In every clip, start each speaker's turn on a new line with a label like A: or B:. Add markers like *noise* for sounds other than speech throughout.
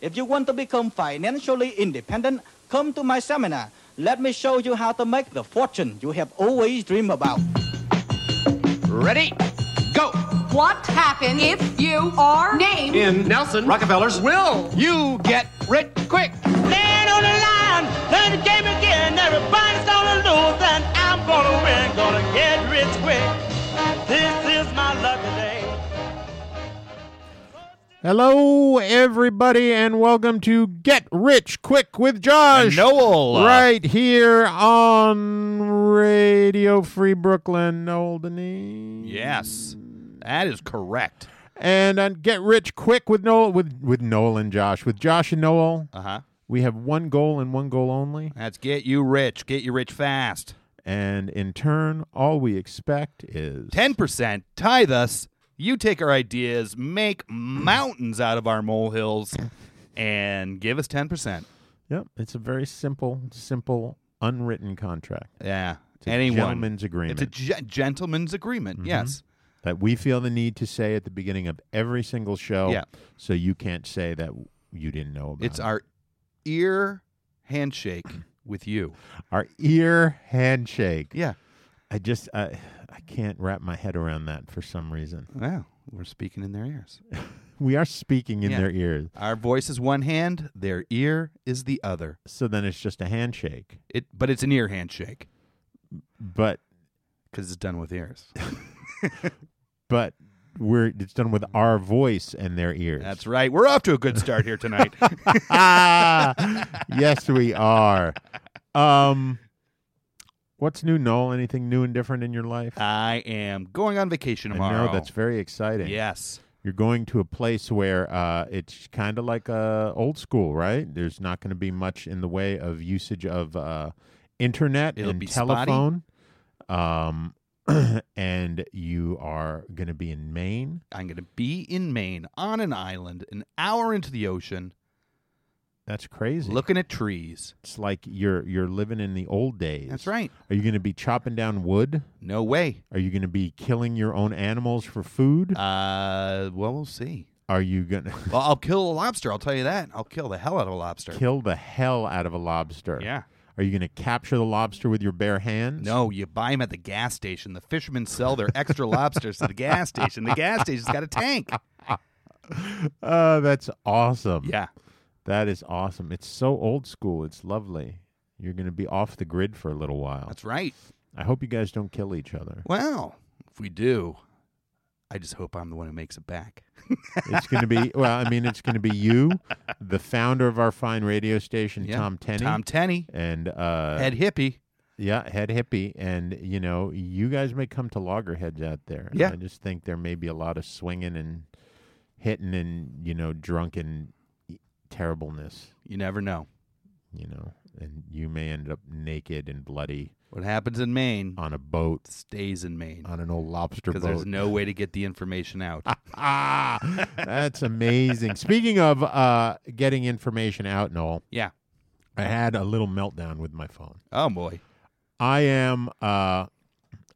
A: If you want to become financially independent, come to my seminar. Let me show you how to make the fortune you have always dreamed about.
B: Ready? Go!
C: What happens if you are named
B: In Nelson Rockefeller's will you get rich quick?
D: Man on the line, play the game again. Everybody's gonna lose, and I'm gonna win. Gonna get rich quick. This is my lucky day.
E: Hello, everybody, and welcome to Get Rich Quick with Josh.
F: Noel.
E: Right here on Radio Free Brooklyn, Noel Denise.
F: Yes, that is correct.
E: And on Get Rich Quick with Noel with, with Noel and Josh. With Josh and Noel,
F: Uh huh.
E: we have one goal and one goal only.
F: That's get you rich. Get you rich fast.
E: And in turn, all we expect is
F: 10% tithe us. You take our ideas, make mountains out of our molehills, and give us 10%.
E: Yep. It's a very simple, simple, unwritten contract
F: Yeah.
E: a
F: Anyone.
E: gentleman's agreement. Mm-hmm.
F: It's a ge- gentleman's agreement. Yes.
E: that we feel the need to say at the beginning of every single show.
F: Yeah.
E: So you can't say that you didn't know about
F: It's
E: it.
F: our ear handshake with you.
E: our ear handshake.
F: Yeah.
E: I just I I can't wrap my head around that for some reason.
F: Wow. We're speaking in their ears.
E: We are speaking in
F: Yeah.
E: their ears.
F: Our voice is one hand, their ear is the other.
E: So then it's just a handshake.
F: It, but it's an ear handshake
E: But
F: because it's done with ears.
E: *laughs* but we're it's done with our voice and their ears. *laughs*
F: That's right. We're off to a good start here tonight. *laughs*
E: ah, yes we are. Um What's new, Noel? Anything new and different in your life?
F: I am going on vacation Uh,
E: I
F: tomorrow.
E: know that's very exciting.
F: Yes.
E: You're going to a place where uh, it's kind of like uh, old school, right? There's not going to be much in the way of usage of uh, internet
F: It'll
E: and
F: be spotty.
E: telephone. Um, *clears throat* and you are going to be in Maine.
F: I'm going to be in Maine on an island, an hour into the ocean,
E: That's crazy.
F: looking at trees.
E: it's like you're you're living in the old days.
F: That's right.
E: Are you going to be chopping down wood?
F: No way.
E: Are you going to be killing your own animals for food?
F: Uh, well, we'll see.
E: are you going to
F: Well, I'll kill a lobster. I'll tell you that. I'll kill the hell out of a lobster.
E: *laughs* kill the hell out of a lobster?
F: Yeah.
E: Are you going to capture the lobster with your bare hands?
F: No, you buy them at the gas station. The fishermen sell their extra lobsters to the gas station. The gas station's got a tank.
E: Oh, that's
F: *laughs*
E: awesome.
F: Yeah.
E: That is awesome. It's so old school. It's lovely. You're going to be off the grid for a little while.
F: That's right.
E: I hope you guys don't kill each
F: *laughs*
E: other.
F: Well, if we do, I just hope I'm the one who makes it back.
E: It's going to be, well, I mean, it's going to be you, the founder of our fine radio station,
F: Yeah.
E: Tom Tenney.
F: Tom Tenney,
E: and uh
F: head hippie.
E: yeah head hippie and you know you guys may come to loggerheads out there
F: Yeah.
E: i just think there may be a lot of swinging and hitting and you know drunken e-, terribleness
F: You never know.
E: you know and you may end up naked and bloody
F: What happens in Maine
E: on a boat
F: stays in Maine
E: on an old lobster
F: because there's
E: boat.
F: no way to get the information out.
E: *laughs* ah,
F: *laughs*
E: that's amazing. Speaking of uh, getting information out, Noel,
F: yeah.
E: I had a little meltdown with my phone.
F: Oh boy.
E: I am. Uh,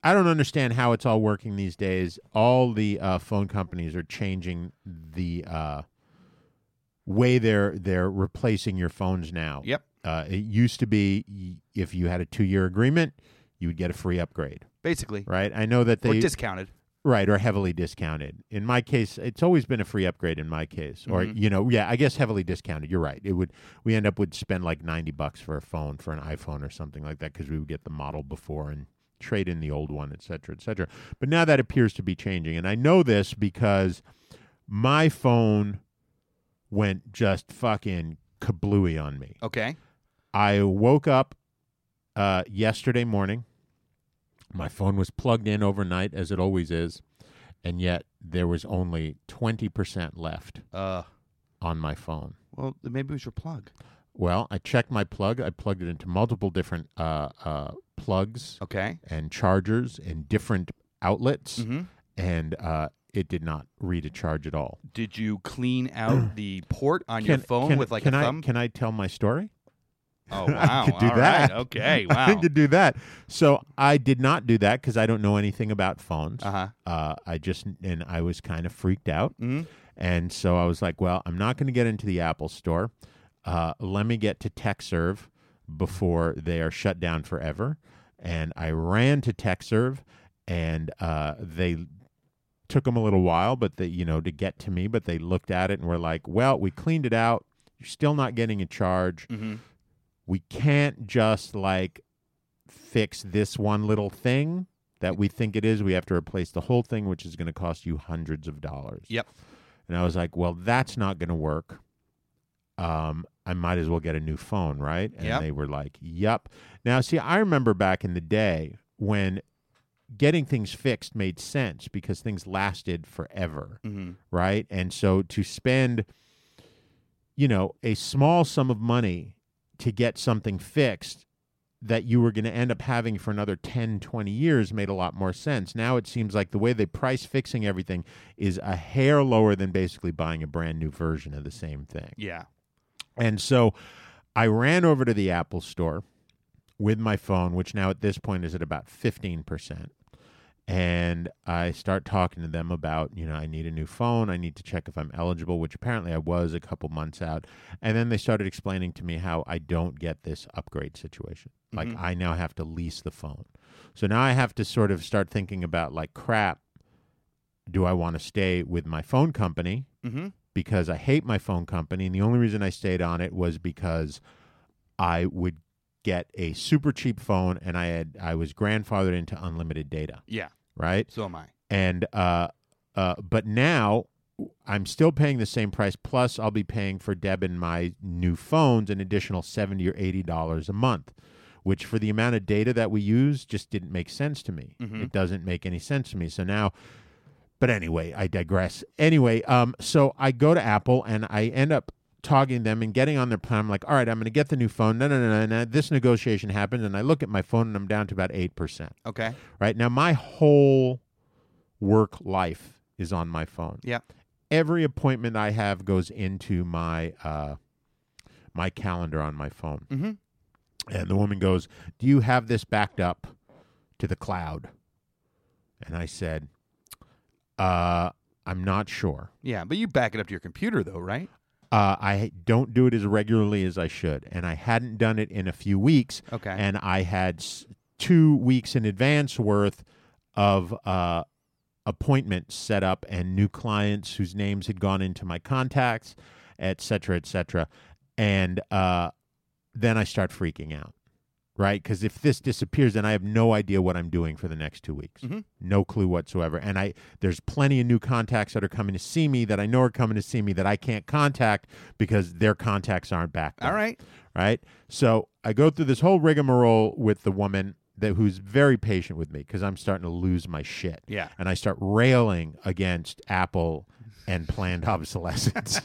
E: I don't understand how it's all working these days. All the uh, phone companies are changing the uh, way they're they're replacing your phones now.
F: Yep.
E: Uh, it used to be y- if you had a two year agreement, you would get a free upgrade.
F: Basically,
E: Right. I know that
F: or
E: they
F: discounted.
E: Right, or heavily discounted. In my case, it's always been a free upgrade in my case. Or, you know, yeah, I guess heavily discounted. You're right. It would we end up would spend like 90 bucks for a phone for an iPhone or something like that cuz we would get the model before and trade in the old one, et cetera, et cetera. But now that appears to be changing. And I know this because my phone went just fucking kablooey on me.
F: Okay.
E: I woke up uh, yesterday morning. My phone was plugged in overnight, as it always is, and yet there was only twenty percent left
F: Uh.
E: on my phone.
F: Well, then maybe it was your plug.
E: Well, I checked my plug. I plugged it into multiple different uh, uh, plugs
F: Okay.
E: and chargers and different outlets,
F: Mm-hmm.
E: and uh, it did not read a charge at all. *clears throat*
F: Did you clean out the port on your
E: Can-
F: phone
E: can-
F: with like
E: can
F: a
E: I-
F: thumb?
E: Can *laughs* I tell my story?
F: Oh wow!
E: could do
F: All right.
E: that.
F: Okay.
E: *laughs* I
F: Wow.
E: could do that. So I did not do that because I don't know anything about phones.
F: Uh-huh.
E: Uh, I just and I was kind of freaked out, and so I was like, "Well, I'm not going to get into the Apple Store. Uh, let me get to TechServe before they are shut down forever." And I ran to TechServe, and uh, they took them a little while, but they, you know, to get to me, but they looked at it and were like, well, we cleaned it out. You're still not getting a charge. We can't just like fix this one little thing that we think it is. We have to replace the whole thing, which is going to cost you hundreds of dollars.
F: Yep.
E: And I was like, well, that's not going to work. Um, I might as well get a new phone, right? And
F: Yep.
E: they were like, yep. Now, see, I remember back in the day when getting things fixed made sense because things lasted forever,
F: Mm-hmm.
E: right? And so to spend, you know, a small sum of money to get something fixed that you were going to end up having for another 10, 20 years made a lot more sense. Now it seems like the way they price fixing everything is a hair lower than basically buying a brand new version of the same thing.
F: Yeah.
E: And so I ran over to the Apple store with my phone, which now at this point is at about 15%. And I start talking to them about, you know, I need a new phone. I need to check if I'm eligible, which apparently I was a couple months out. And then they started explaining to me how I don't get this upgrade situation. Like I now have to lease the phone. So now I have to sort of start thinking about, like, crap, do I want to stay with my phone company?
F: Mm-hmm.
E: because I hate my phone company. And the only reason I stayed on it was because I would get a super cheap phone and I had I was grandfathered into unlimited data,
F: Yeah.
E: right?
F: So am I.
E: And uh uh but now I'm still paying the same price plus I'll be paying for Deb and my new phones an additional 70 or 80 dollars a month. Which, for the amount of data that we use, just didn't make sense to me. It doesn't make any sense to me. So now but anyway, I digress. Anyway, um, so I go to Apple and I end up talking to them and getting on their plan. I'm like, all right, I'm going to get the new phone. No, no, no, no, no. This negotiation happens, and I look at my phone and I'm down to about eight percent.
F: Okay.
E: Right now, my whole work life is on my phone.
F: Yeah.
E: Every appointment I have goes into my uh, my calendar on my phone.
F: Mhm.
E: And the woman goes, "Do you have this backed up to the cloud?" And I said, uh, "I'm not sure.
F: Yeah. But you back it up to your computer though, right?
E: Uh, I don't do it as regularly as I should, and I hadn't done it in a few weeks.
F: Okay.
E: and I had s- two weeks in advance worth of uh, appointments set up and new clients whose names had gone into my contacts, et cetera, et cetera. And uh, then I start freaking out, right? Because if this disappears, then I have no idea what I'm doing for the next two weeks.
F: Mm-hmm.
E: No clue whatsoever. And I there's plenty of new contacts that are coming to see me that I know are coming to see me that I can't contact because their contacts aren't back.
F: All right.
E: Right. So I go through this whole rigmarole with the woman that who's very patient with me because I'm starting to lose my shit.
F: Yeah.
E: And I start railing against Apple and planned *laughs* obsolescence.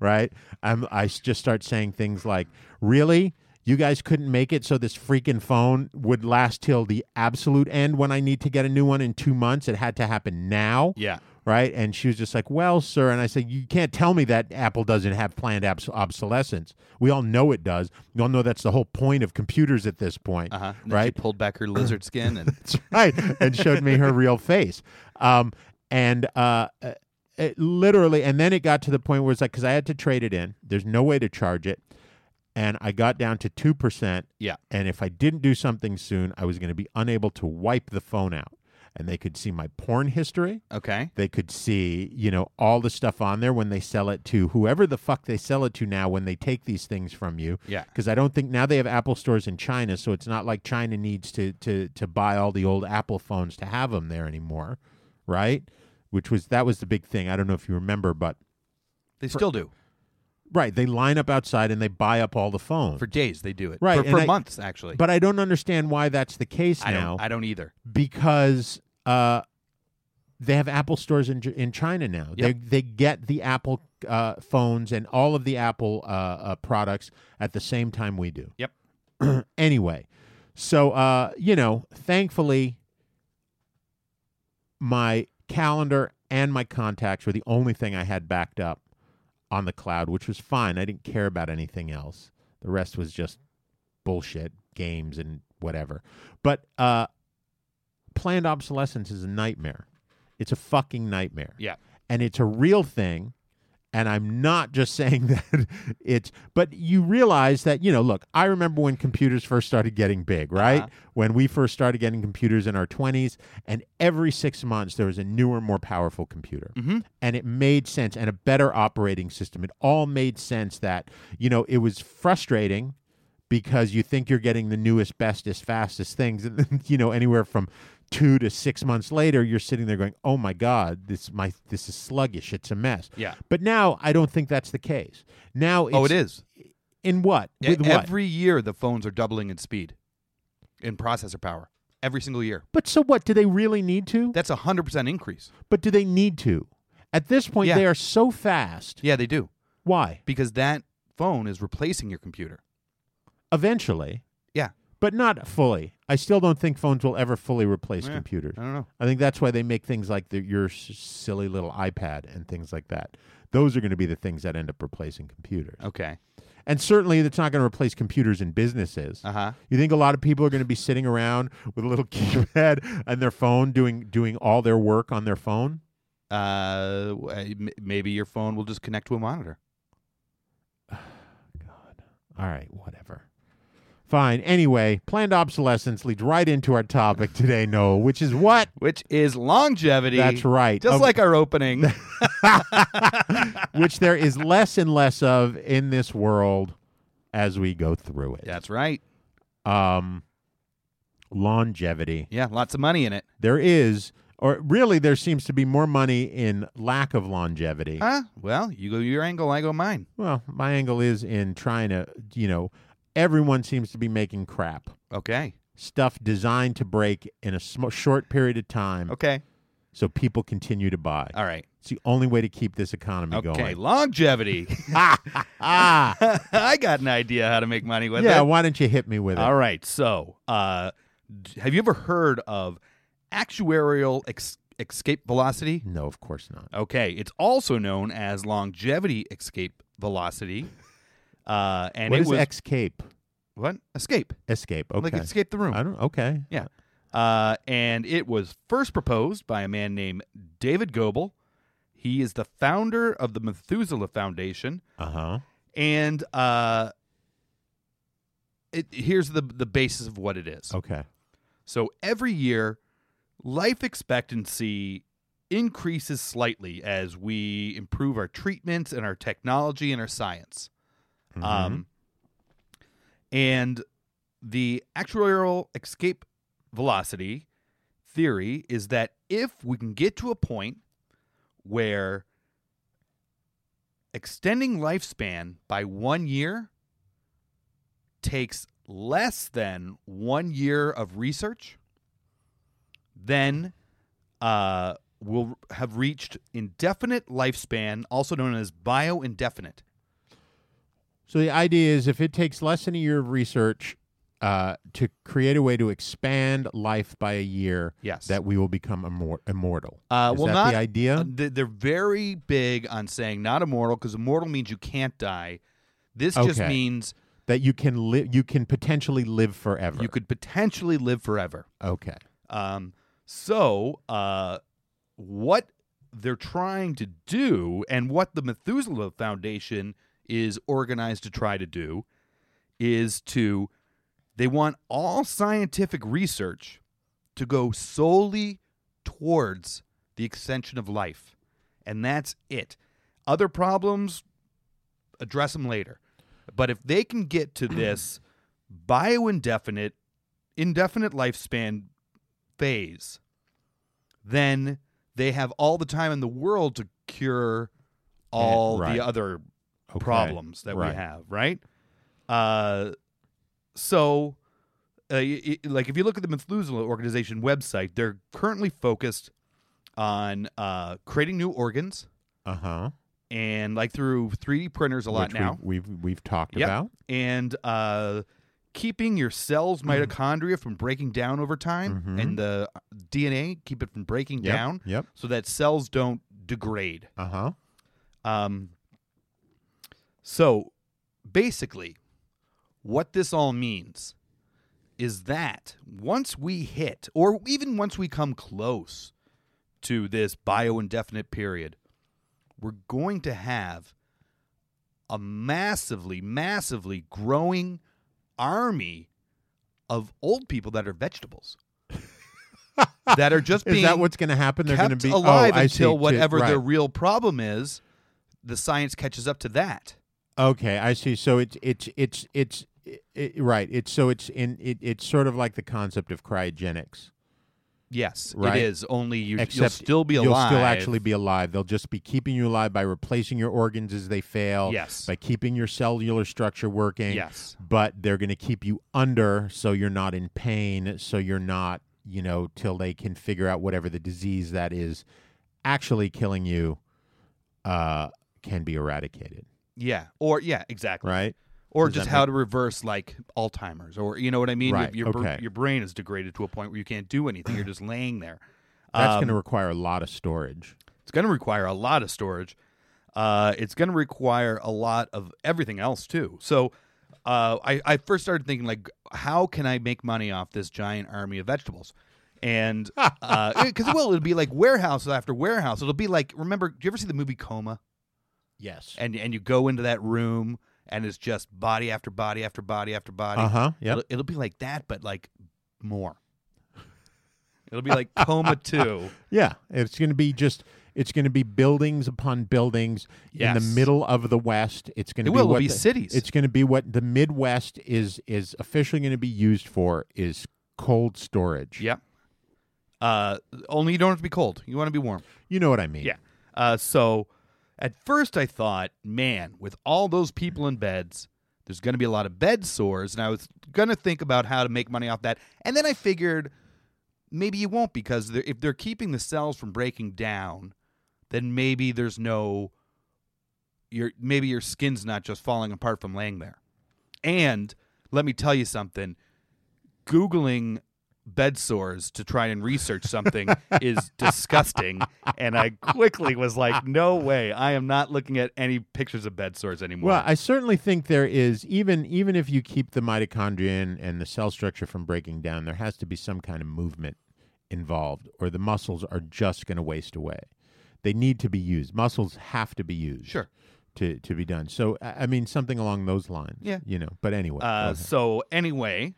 E: right. I'm I s- just start saying things like, really. You guys couldn't make it so this freaking phone would last till the absolute end when I need to get a new one in two months. It had to happen now
F: Yeah.
E: right? And she was just like, "Well, sir," and I said, "You can't tell me that Apple doesn't have planned abs- obsolescence. We all know it does. We all know that's the whole point of computers at this point,
F: Uh huh.
E: right?
F: She pulled back
E: *clears throat*
F: her lizard skin and *laughs*
E: *laughs* right?" And showed me her real face, um, and uh, uh, it literally, and then it got to the point where it's like, because I had to trade it in. There's no way to charge it, and I got down to two percent.
F: yeah.
E: And if I didn't do something soon, I was going to be unable to wipe the phone out. And they could see my porn history.
F: Okay.
E: They could see, you know, all the stuff on there when they sell it to whoever the fuck they sell it to now when they take these things from you.
F: Yeah.
E: Because I don't think now they have Apple stores in China, so it's not like China needs to to to buy all the old Apple phones to have them there anymore, right? Which was that was the big thing. I don't know if you remember, but
F: They still do
E: right, they line up outside and they buy up all the phones.
F: for days. They do it
E: Right,
F: for,
E: and
F: for
E: I-
F: months actually.
E: but I don't understand why that's the case
F: I
E: now
F: don't. I don't either.
E: because uh, they have Apple stores in in China now. They
F: Yep.
E: they get the Apple uh, phones and all of the Apple uh, uh, products at the same time we do.
F: Yep.
E: anyway, so uh, you know, thankfully, my calendar and my contacts were the only thing I had backed up on the cloud, which was fine. I didn't care about anything else. The rest was just bullshit games and whatever. But uh, planned obsolescence is a nightmare. It's a fucking nightmare.
F: Yeah.
E: And it's a real thing. And I'm not just *laughs* saying that it's, but you realize that, you know, look, I remember when computers first started getting big, right? When we first started getting computers in our 20s, and every six months there was a newer, more powerful computer. And it made sense and a better operating system. It all made sense that, you know, it was frustrating because you think you're getting the newest, bestest, fastest things, and then, *laughs* you know anywhere from two to six months later, you're sitting there going, "Oh my god, this my this is sluggish. It's a mess."
F: Yeah.
E: But now I don't think that's the case. Now it's,
F: Oh, it is.
E: in what
F: E-
E: with what?
F: every year, the phones are doubling in speed, in processor power. Every single year.
E: But so what? Do they really need to?
F: That's a hundred percent increase.
E: but do they need to? At this point,
F: Yeah.
E: they are so fast.
F: Yeah, they do
E: Why?
F: because that phone is replacing your computer.
E: Eventually,
F: Yeah,
E: but not fully. I still don't think phones will ever fully replace computers.
F: I don't know.
E: I think that's why they make things like the, your s- silly little iPad and things like that. Those are going to be the things that end up replacing computers.
F: Okay.
E: And certainly, it's not going to replace computers in businesses.
F: Uh-huh.
E: You think a lot of people are going to be sitting around with a little *laughs* keypad and their phone, doing doing all their work on their phone?
F: Uh, w- uh, m- maybe your phone will just connect to a monitor.
E: All right, whatever. Fine. Anyway, planned obsolescence leads right into our topic today, Noel, which is what?
F: which is longevity.
E: That's right. Oh.
F: Just
E: Of-
F: like our
E: *laughs*
F: opening.
E: which there is less and less of in this world as we go through it.
F: That's right.
E: um longevity
F: Yeah, lots of money in it.
E: there is or really there seems to be more money in lack of longevity
F: Huh? Well, you go your angle, I go mine.
E: well my angle is in trying to you know everyone seems to be making crap
F: Okay.
E: stuff designed to break in a sm- short period of time
F: Okay.
E: so people continue to buy
F: All right.
E: it's the only way to keep this
F: Uh,
E: economy
F: Okay.
E: going *laughs*
F: Longevity. *laughs*
E: ah
F: I got an idea how to make money *laughs* with
E: yeah
F: it.
E: why don't you hit me with it
F: All right. So, uh, d- have you ever heard of actuarial ex- escape velocity?
E: no of course not
F: Okay, it's also known as longevity escape velocity. Uh, and
E: what
F: it
E: is
F: was
E: escape
F: what escape?
E: escape okay
F: Like escape the room.
E: i don't okay
F: Yeah. Uh, and it was first proposed by a man named David Goebel. He is the founder of the Methuselah Foundation.
E: uh-huh
F: And uh, it, here's the, the basis of what it is.
E: okay
F: So every year, life expectancy increases slightly as we improve our treatments and our technology and our science.
E: Mm-hmm.
F: Um, and the actuarial escape velocity theory is that if we can get to a point where extending lifespan by one year takes less than one year of research, then uh, we'll have reached indefinite lifespan, also known as bio-indefinite.
E: So the idea is if it takes less than a year of research uh, to create a way to expand life by a year,
F: Yes.
E: that we will become immor- immortal.
F: Uh,
E: is
F: well,
E: that
F: not
E: the idea?
F: uh, they- they're very big on saying not immortal because immortal means you can't die. This just
E: Okay.
F: means
E: that you can live, you can potentially live forever.
F: you could potentially live forever.
E: Okay.
F: Um, so, uh, what they're trying to do and what the Methuselah Foundation is organized to try to do is to they want all scientific research to go solely towards the extension of life. And that's it. Other problems, address them later. But if they can get to this bio indefinite, indefinite lifespan phase, then they have all the time in the world to cure all
E: right.
F: the other
E: Okay.
F: problems that
E: Right.
F: we have, right? Uh, so, uh, y- y- like, if you look at the Methuselah Organization website, they're currently focused on uh, creating new organs
E: Uh huh.
F: and, like, through 3D printers a lot
E: Which
F: now.
E: We've, we've we've talked
F: Yep.
E: about.
F: And uh, keeping your cells'
E: Mm-hmm.
F: mitochondria from breaking down over time and the uh, DNA, keep it from breaking
E: Yep,
F: down
E: yep.
F: so that cells don't degrade.
E: Uh huh.
F: Um, so basically, what this all means is that once we hit, or even once we come close to this bio indefinite period, we're going to have a massively, massively growing army of old people that are
E: *laughs*
F: vegetables. that are just
E: Is
F: being
E: that what's going to happen? They're going to
F: kept
E: be oh,
F: alive
E: I see,
F: until
E: to-
F: whatever
E: right.
F: their real problem is, the science catches up to that.
E: Okay, I see. So it's it's it's it's it, right. It's so it's in it, it's sort of like the concept of cryogenics.
F: Yes,
E: Right.
F: it is. Only you, you'll
E: Except
F: still be
E: you'll
F: alive.
E: still actually be alive. They'll just be keeping you alive by replacing your organs as they fail.
F: Yes.
E: By keeping your cellular structure working.
F: Yes.
E: But they're going to keep you under, so you're not in pain, so you're not, you know, till they can figure out whatever the disease that is actually killing you uh, can be eradicated.
F: Yeah, or yeah, exactly.
E: Right.
F: Or
E: Does
F: just
E: that
F: how to reverse like Alzheimer's, or you know what I mean. Your-
E: Right,
F: Your, br-
E: okay.
F: your brain is degraded to a point where you can't do anything. You're just laying there.
E: That's
F: Um,
E: going to require a lot of storage.
F: It's going to require a lot of storage. Uh, it's going to require a lot of everything else too. So, uh, I, I first started thinking like, how can I make money off this giant army of vegetables? And because it will, it'll be like warehouse after warehouse. It'll be like remember, do you ever see the movie Coma?
E: Yes.
F: And and you go into that room and it's just body after body after body after body.
E: Uh huh. Yep.
F: It'll, it'll be like that, but like more. It'll be like Coma Two.
E: Yeah, it's going to be just it's going to be buildings upon buildings in the
F: Yes.
E: middle of the West. It's going to
F: It
E: be
F: will. It'll
E: what
F: be
E: the-
F: cities.
E: It's going to be what the Midwest is is officially going to be used for is cold storage.
F: Yep. Uh, only you don't have to be cold. You want to be warm.
E: You know what I mean?
F: Uh, so at first I thought, man, with all those people in beds, there's going to be a lot of bed sores, and I was going to think about how to make money off that. And then I figured maybe you won't because they're, if they're keeping the cells from breaking down, then maybe there's no your maybe your skin's not just falling apart from laying there. And let me tell you something. Googling bed sores to try and research something is disgusting. And I quickly was like, no way. I am not looking at any pictures of bed sores anymore.
E: Well, I certainly think there is even even if you keep the mitochondria in and the cell structure from breaking down, there has to be some kind of movement involved, or the muscles are just going to waste away. They need to be used. Muscles have to be used.
F: Sure.
E: To, to be done. So I I mean something along those lines.
F: Yeah.
E: You know. But anyway. go
F: Uh,
E: ahead.
F: so anyway,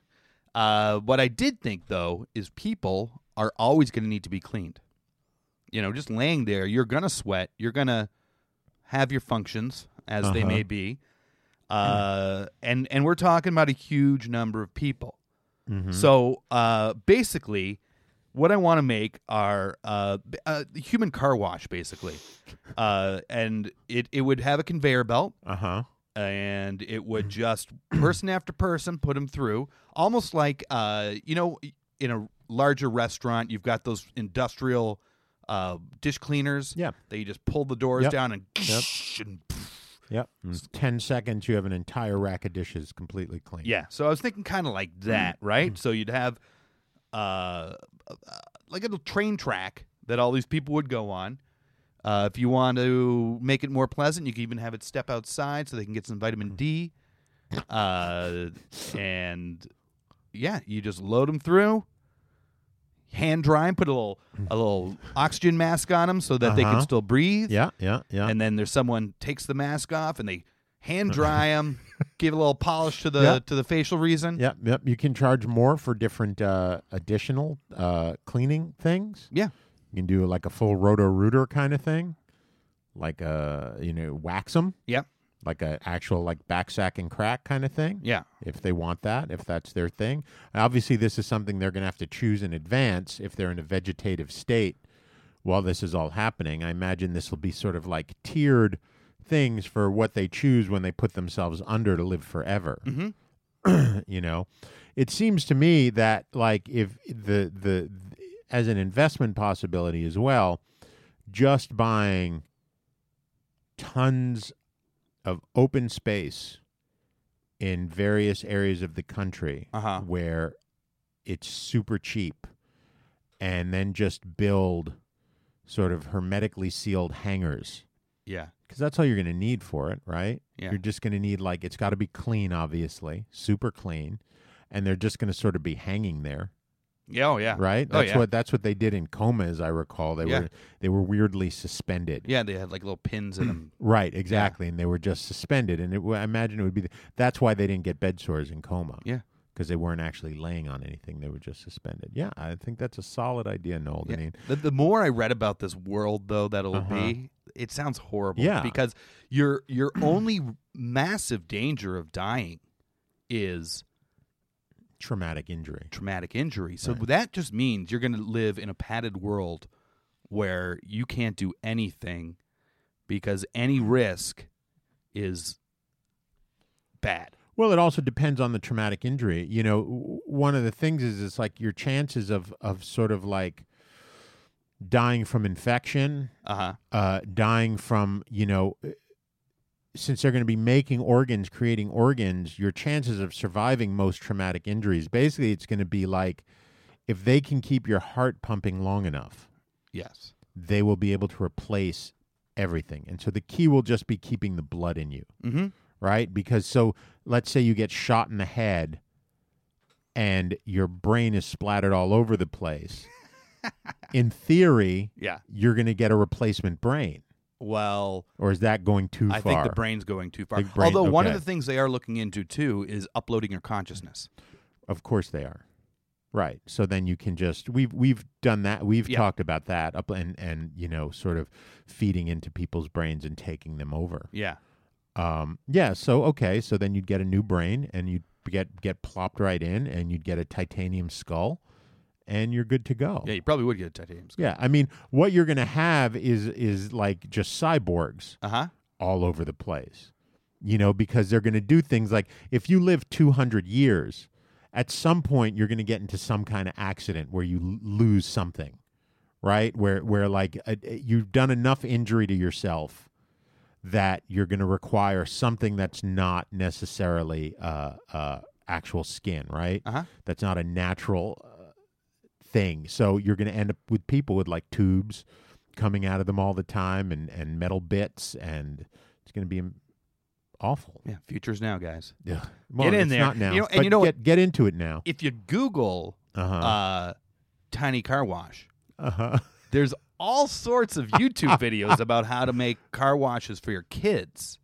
F: uh, what I did think though is people are always going to need to be cleaned. You know, just laying there, you're going to sweat. You're going to have your functions as they
E: Uh-huh.
F: may be. Uh, and and we're talking about a huge number of people.
E: Mm-hmm.
F: So uh, basically, what I want to make are uh, b- uh, the human car wash, basically, uh, and it it would have a conveyor belt
E: Uh huh.
F: and it
E: Mm.
F: would just person after person put them through, almost like uh, you know, in a larger restaurant, you've got those industrial uh, dish cleaners.
E: Yeah.
F: that you just pull the doors
E: Yep.
F: down and,
E: Yep.
F: *laughs* and
E: Yep. In Ten seconds, you have an entire rack of dishes completely clean. Mm.
F: yeah. So I was thinking kind of like that, right? So you'd have uh, uh, like a little train track that all these people would go on. Uh, if you want to make it more pleasant, you can even have it step outside so they can get some vitamin D. Uh, and yeah, you just load them through, hand dry 'em, put a little a little oxygen mask on them so that they can
E: Uh-huh.
F: still breathe.
E: Yeah. Yeah. Yeah.
F: And then there's someone takes the mask off and they hand dry
E: *laughs*
F: them, give a little polish to the
E: Uh-huh. Yeah.
F: to the facial reason.
E: Yep, yep. You can charge more for different uh, additional uh, cleaning things.
F: Yeah.
E: You can do like a full roto rooter kind of thing, like a you know wax them,
F: Yeah.
E: like a actual like back sack and crack kind of thing.
F: Yeah.
E: if they want that, if that's their thing. Obviously, this is something they're going to have to choose in advance if they're in a vegetative state while this is all happening. I imagine this will be sort of like tiered things for what they choose when they put themselves under to live forever. *clears throat* you know, it seems to me that like if the the as an investment possibility as well, just buying tons of open space in various areas of the country
F: Uh-huh.
E: where it's super cheap and then just build sort of hermetically sealed hangars
F: Yeah.
E: because that's all you're going to need for it, right?
F: Yeah.
E: You're just going to need like it's got to be clean, obviously, super clean, and they're just going to sort of be hanging there,
F: Yeah. Oh, yeah.
E: right?
F: Oh,
E: That's
F: yeah.
E: what that's what they did in coma, as I recall. They
F: Yeah.
E: were they were weirdly suspended.
F: Yeah. They had like little pins in
E: *clears throat*
F: them.
E: Right, exactly, and they were just suspended, and it, w- I imagine it would be the, that's why they didn't get bed sores in coma.
F: Yeah.
E: because they weren't actually laying on anything; they were just suspended. Yeah, I think that's a solid idea, Noel. I
F: Yeah.
E: mean,
F: The, the more I read about this world, though, that'll
E: Uh-huh.
F: be, it sounds horrible.
E: Yeah.
F: Because your
E: *clears throat*
F: your only massive danger of dying is
E: traumatic injury.
F: traumatic injury. So that just means you're going to live in a padded world where you can't do anything because any risk is bad.
E: Well, it also depends on the traumatic injury. You know, w- one of the things is it's like your chances of of sort of like dying from infection,
F: Uh huh.
E: uh, dying from you know, uh, since they're going to be making organs, creating organs, your chances of surviving most traumatic injuries. Basically, it's going to be like if they can keep your heart pumping long enough,
F: Yes.
E: they will be able to replace everything. And so the key will just be keeping the blood in you
F: Mm-hmm.
E: right? Because so let's say you get shot in the head and your brain is splattered all over
F: *laughs*
E: the place. in theory,
F: Yeah.
E: you're going to get a replacement brain.
F: Well,
E: Or is that going too
F: I
E: far?
F: think the brain's going too far.
E: Big brain,
F: Although one of
E: okay.
F: the things they are looking into too is uploading your consciousness.
E: Of course they are. Right. So then you can just we've we've done that. We've
F: Yeah.
E: talked about that up and and you know sort of feeding into people's brains and taking them over.
F: Yeah.
E: Um, yeah. So okay. So then you'd get a new brain, and you'd get get plopped right in, and you'd get a titanium skull, and you're good to go.
F: Yeah, you probably would get a titanium.
E: Yeah, I mean, what you're gonna have is is like just cyborgs
F: Uh huh.
E: all over the place, you know, because they're gonna do things like if you live 200 years, at some point you're gonna get into some kind of accident where you l- lose something, right? Where where like uh, you've done enough injury to yourself that you're going to require something that's not necessarily uh, uh, actual skin, right?
F: Uh-huh.
E: That's not a natural uh, thing. So you're going to end up with people with like tubes coming out of them all the time and, and metal bits, and it's going to be um, awful.
F: Yeah. Futures now, guys.
E: Yeah. Well,
F: in
E: it's
F: there.
E: Not now.
F: You know- and
E: but
F: you know what-
E: get, get into it now.
F: If you Google
E: Uh-huh.
F: uh, tiny car wash,
E: Uh-huh.
F: there's all sorts
E: *laughs*
F: of YouTube videos about how to make car washes for your kids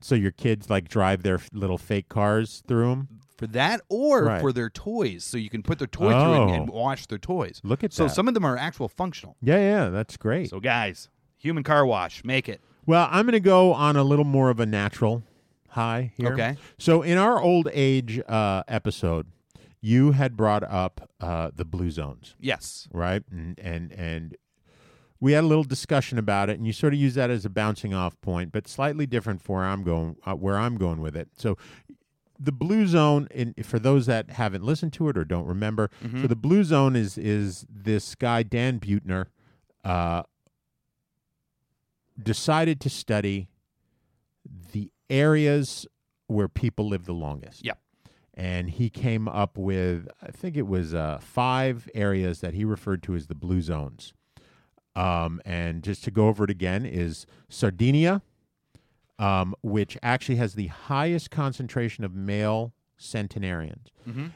E: So your kids like drive their f- little fake cars through them.
F: for that or
E: Right.
F: for their toys. So you can put their toys through and, and
E: Oh.
F: wash their toys.
E: Look at
F: so
E: that.
F: some of them are actual functional.
E: Yeah, yeah, that's great.
F: So guys, human car wash, make it.
E: Well, I'm going to go on a little more of a natural high here.
F: Okay.
E: So, in our old age uh, episode, you had brought up uh, the blue zones,
F: Yes.
E: right? And, and and we had a little discussion about it, and you sort of used that as a bouncing off point, but slightly different for where I'm going. Uh, where I'm going with it. So, the blue zone in for those that haven't listened to it or don't remember so the blue zone is is this guy dan butner uh decided to study the areas where people live the longest
F: Yep.
E: and he came up with i think it was uh five areas that he referred to as the blue zones um and just to go over it again is sardinia um, which actually has the highest concentration of male centenarians.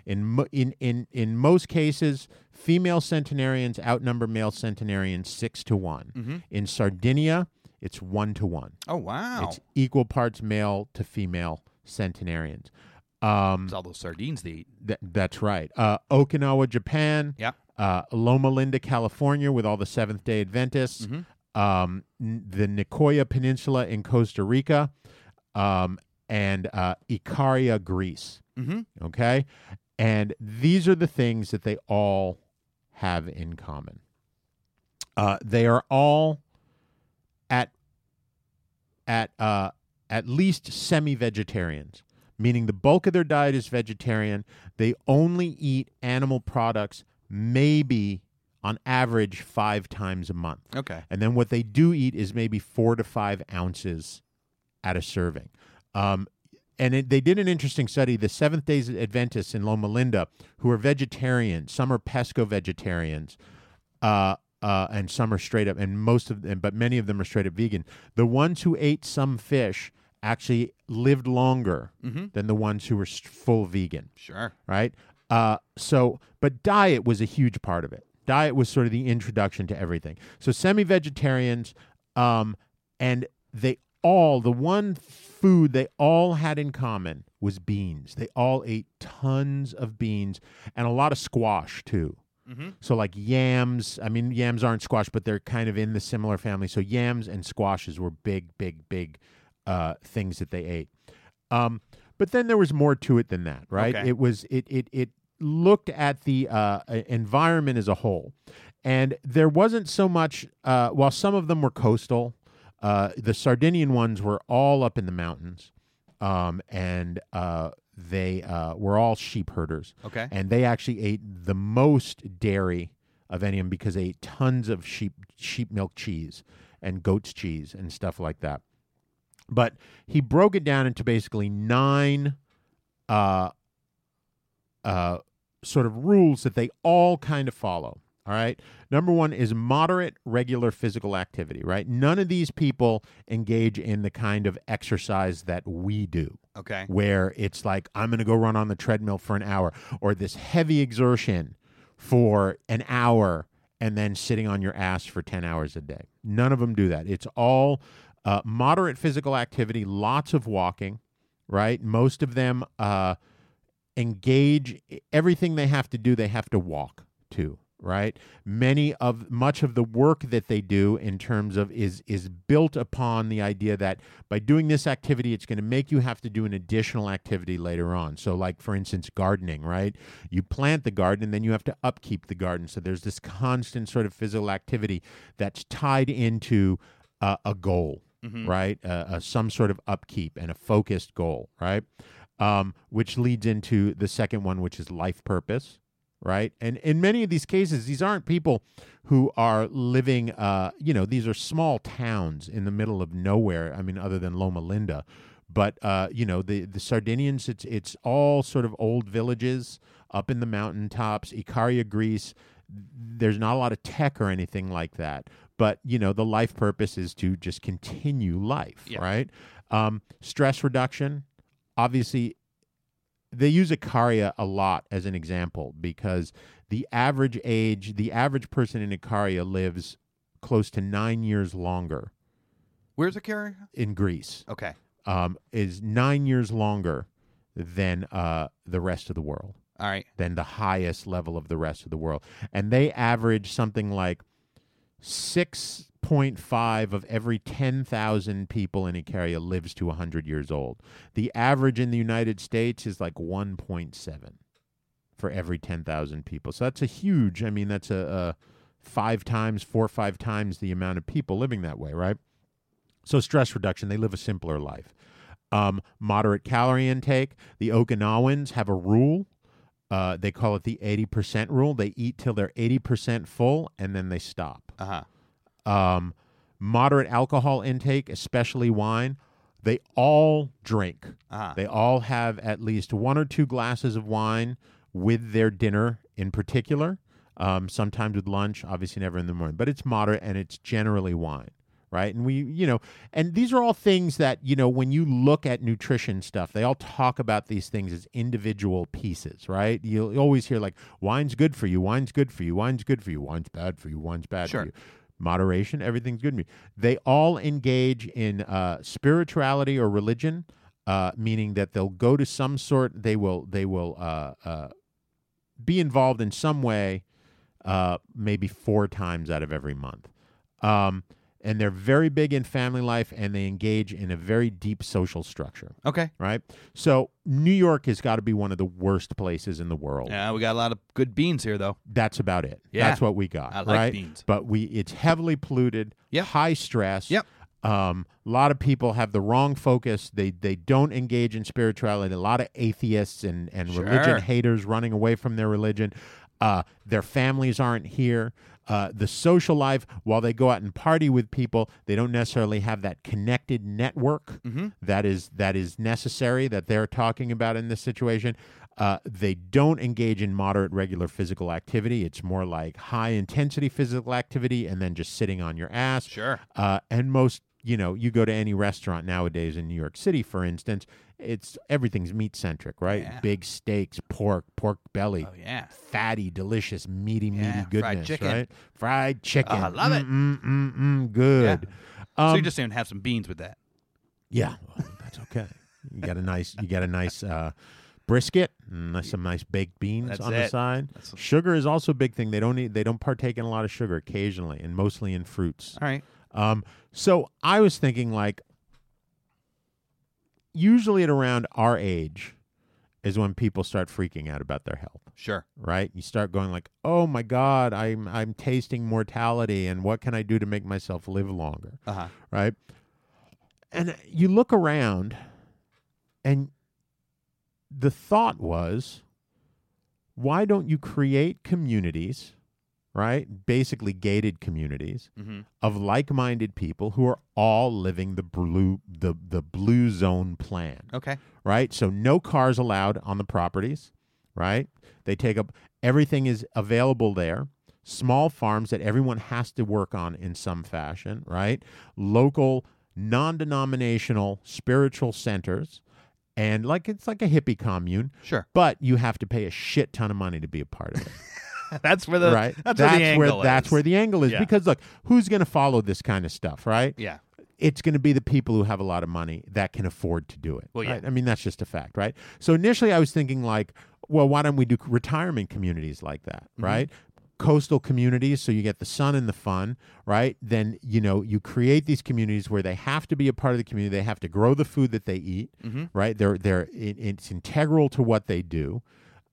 E: In, mo- in, in, in most cases, female centenarians outnumber male centenarians six to one. In Sardinia, it's one to one.
F: Oh wow.
E: It's equal parts male to female centenarians. Um,
F: It's all those sardines they eat.
E: Th- that's right. Uh, Okinawa, Japan.
F: Yep.
E: Uh, Loma Linda, California, with all the Seventh Day Adventists. Um, n- the Nicoya Peninsula in Costa Rica, um, and uh, Icaria, Greece.
F: Mhm.
E: Okay, and these are the things that they all have in common. Uh, they are all at at uh, at least semi-vegetarians, meaning the bulk of their diet is vegetarian. They only eat animal products, maybe on average five times a month.
F: Okay.
E: And then what they do eat is maybe four to five ounces at a serving. Um, and it, they did an interesting study. The Seventh Days Adventists in Loma Linda, who are vegetarians, some are pesco vegetarians, uh, uh, and some are straight up, and most of them, but many of them are straight up vegan. The ones who ate some fish actually lived longer than the ones who were s- full vegan
F: Sure.
E: right? Uh, so, but diet was a huge part of it. Diet was sort of the introduction to everything. So, semi vegetarians, um, and they all, the one food they all had in common was beans. They all ate tons of beans and a lot of squash, too. So like yams, I mean yams aren't squash, but they're kind of in the similar family. So yams and squashes were big, big, big uh, things that they ate. Um, but then there was more to it than that, right?
F: Okay.
E: It was it it it looked at the uh, e- environment as a whole, and there wasn't so much. Uh, while some of them were coastal, uh, the Sardinian ones were all up in the mountains, um, and uh, they uh, were all sheep herders.
F: Okay.
E: and they actually ate the most dairy of any of them because they ate tons of sheep sheep milk cheese and goat's cheese and stuff like that but he broke it down into basically nine uh uh sort of rules that they all kind of follow all right number one is moderate regular physical activity right none of these people engage in the kind of exercise that we do
F: Okay.
E: where it's like I'm going to go run on the treadmill for an hour or this heavy exertion for an hour and then sitting on your ass for 10 hours a day. None of them do that. It's all uh, moderate physical activity, lots of walking, right? Most of them uh, engage e, everything they have to do, they have to walk to right many of much of the work that they do in terms of is is built upon the idea that by doing this activity it's going to make you have to do an additional activity later on so like for instance gardening right you plant the garden and then you have to upkeep the garden so there's this constant sort of physical activity that's tied into uh, a goal right uh, uh, some sort of upkeep and a focused goal right um, which leads into the second one which is life purpose right? And in many of these cases, these aren't people who are living, uh, you know, these are small towns in the middle of nowhere. I mean, other than Loma Linda, but uh, you know, the the Sardinians, it's it's all sort of old villages up in the mountaintops, Icaria, Greece. There's not a lot of tech or anything like that, but you know, the life purpose is to just continue life, right? Um, stress reduction, obviously they use Icaria a lot as an example because the average age, the average person in Icaria lives close to nine years longer
F: Where's the carrier?
E: in Greece,
F: Okay.
E: um, is nine years longer than uh, the rest of the world,
F: All right.
E: than the highest level of the rest of the world. And they average something like 6.5 of every 10,000 people in Icaria lives to 100 years old. The average in the United States is like 1.7 for every 10,000 people. So that's a huge, I mean, that's a, a five times, four or five times the amount of people living that way, right? So stress reduction, they live a simpler life. Um, moderate calorie intake. The Okinawans have a rule uh, they call it the 80% rule. They eat till they're 80% full and then they stop.
F: Uh huh.
E: Um, moderate alcohol intake, especially wine. They all drink.
F: Uh-huh.
E: They all have at least one or two glasses of wine with their dinner in particular, um, sometimes with lunch, obviously never in the morning, but it's moderate and it's generally wine. Right. And we, you know, and these are all things that, you know, when you look at nutrition stuff, they all talk about these things as individual pieces, right? You'll always hear like, wine's good for you, wine's good for you, wine's good for you, wine's bad for you, wine's bad
F: Sure.
E: for you moderation everything's good to me they all engage in uh, spirituality or religion uh, meaning that they'll go to some sort they will they will uh, uh, be involved in some way uh, maybe four times out of every month um, and they're very big in family life and they engage in a very deep social structure
F: Okay.
E: right so new york has got to be one of the worst places in the world
F: Yeah, we got a lot of good beans here, though.
E: that's about it.
F: Yeah.
E: That's what we got.
F: I like
E: right?
F: beans.
E: But we it's heavily polluted,
F: Yep.
E: high stress.
F: Yep.
E: Um, a lot of people have the wrong focus. They they don't engage in spirituality. A lot of atheists and, and
F: Sure.
E: religion haters running away from their religion. Uh, their families aren't here. Uh, the social life, while they go out and party with people, they don't necessarily have that connected network that is that is necessary that they're talking about in this situation. Uh, Uh, they don't engage in moderate regular physical activity. It's more like high intensity physical activity and then just sitting on your ass.
F: Sure.
E: Uh, and most, you know, you go to any restaurant nowadays in New York City, for instance, it's everything's meat centric, right?
F: Yeah.
E: Big steaks, pork, pork belly,
F: Oh yeah.
E: fatty, delicious, meaty,
F: Yeah,
E: meaty
F: fried
E: goodness,
F: chicken. Oh,
E: right? Fried chicken.
F: I love it.
E: Mm, mm, mm, mm, good.
F: so
E: Um,
F: you just even have some beans with that.
E: yeah, well, that's okay. You got a nice, you got a nice uh, brisket, and that's some nice baked beans
F: That's
E: on
F: it.
E: the side.
F: That's-
E: sugar is also a big thing. They don't eat, they don't partake in a lot of sugar occasionally, and mostly in fruits.
F: All right.
E: Um, so I was thinking, like, usually at around our age is when people start freaking out about their health
F: Sure.
E: right? You start going like, "Oh my god, I'm I'm tasting mortality and what can I do to make myself live longer?"
F: Uh-huh.
E: Right? And you look around and the thought was, why don't you create communities, right? Basically gated communities
F: Mhm.
E: of like-minded people who are all living the blue the the blue zone plan
F: Okay.
E: right? So no cars allowed on the properties, right? They take up everything is available there. Small farms that everyone has to work on in some fashion, right? Local non-denominational spiritual centers and like it's like a hippie commune,
F: Sure.
E: but you have to pay a shit ton of money to be a part of it
F: *laughs* That's where the
E: right?
F: That's, where the angle is.
E: that's where the angle is
F: Yeah.
E: because look, who's going to follow this kind of stuff, right?
F: Yeah.
E: It's going to be the people who have a lot of money that can afford to do it.
F: Well, yeah.
E: right? I mean that's just a fact, right? So initially, I was thinking like, well, why don't we do retirement communities like that,
F: Mm-hmm.
E: right? Coastal communities, so you get the sun and the fun, right? Then you know you create these communities where they have to be a part of the community. They have to grow the food that they eat,
F: Mm-hmm.
E: right? They're they're it, it's integral to what they do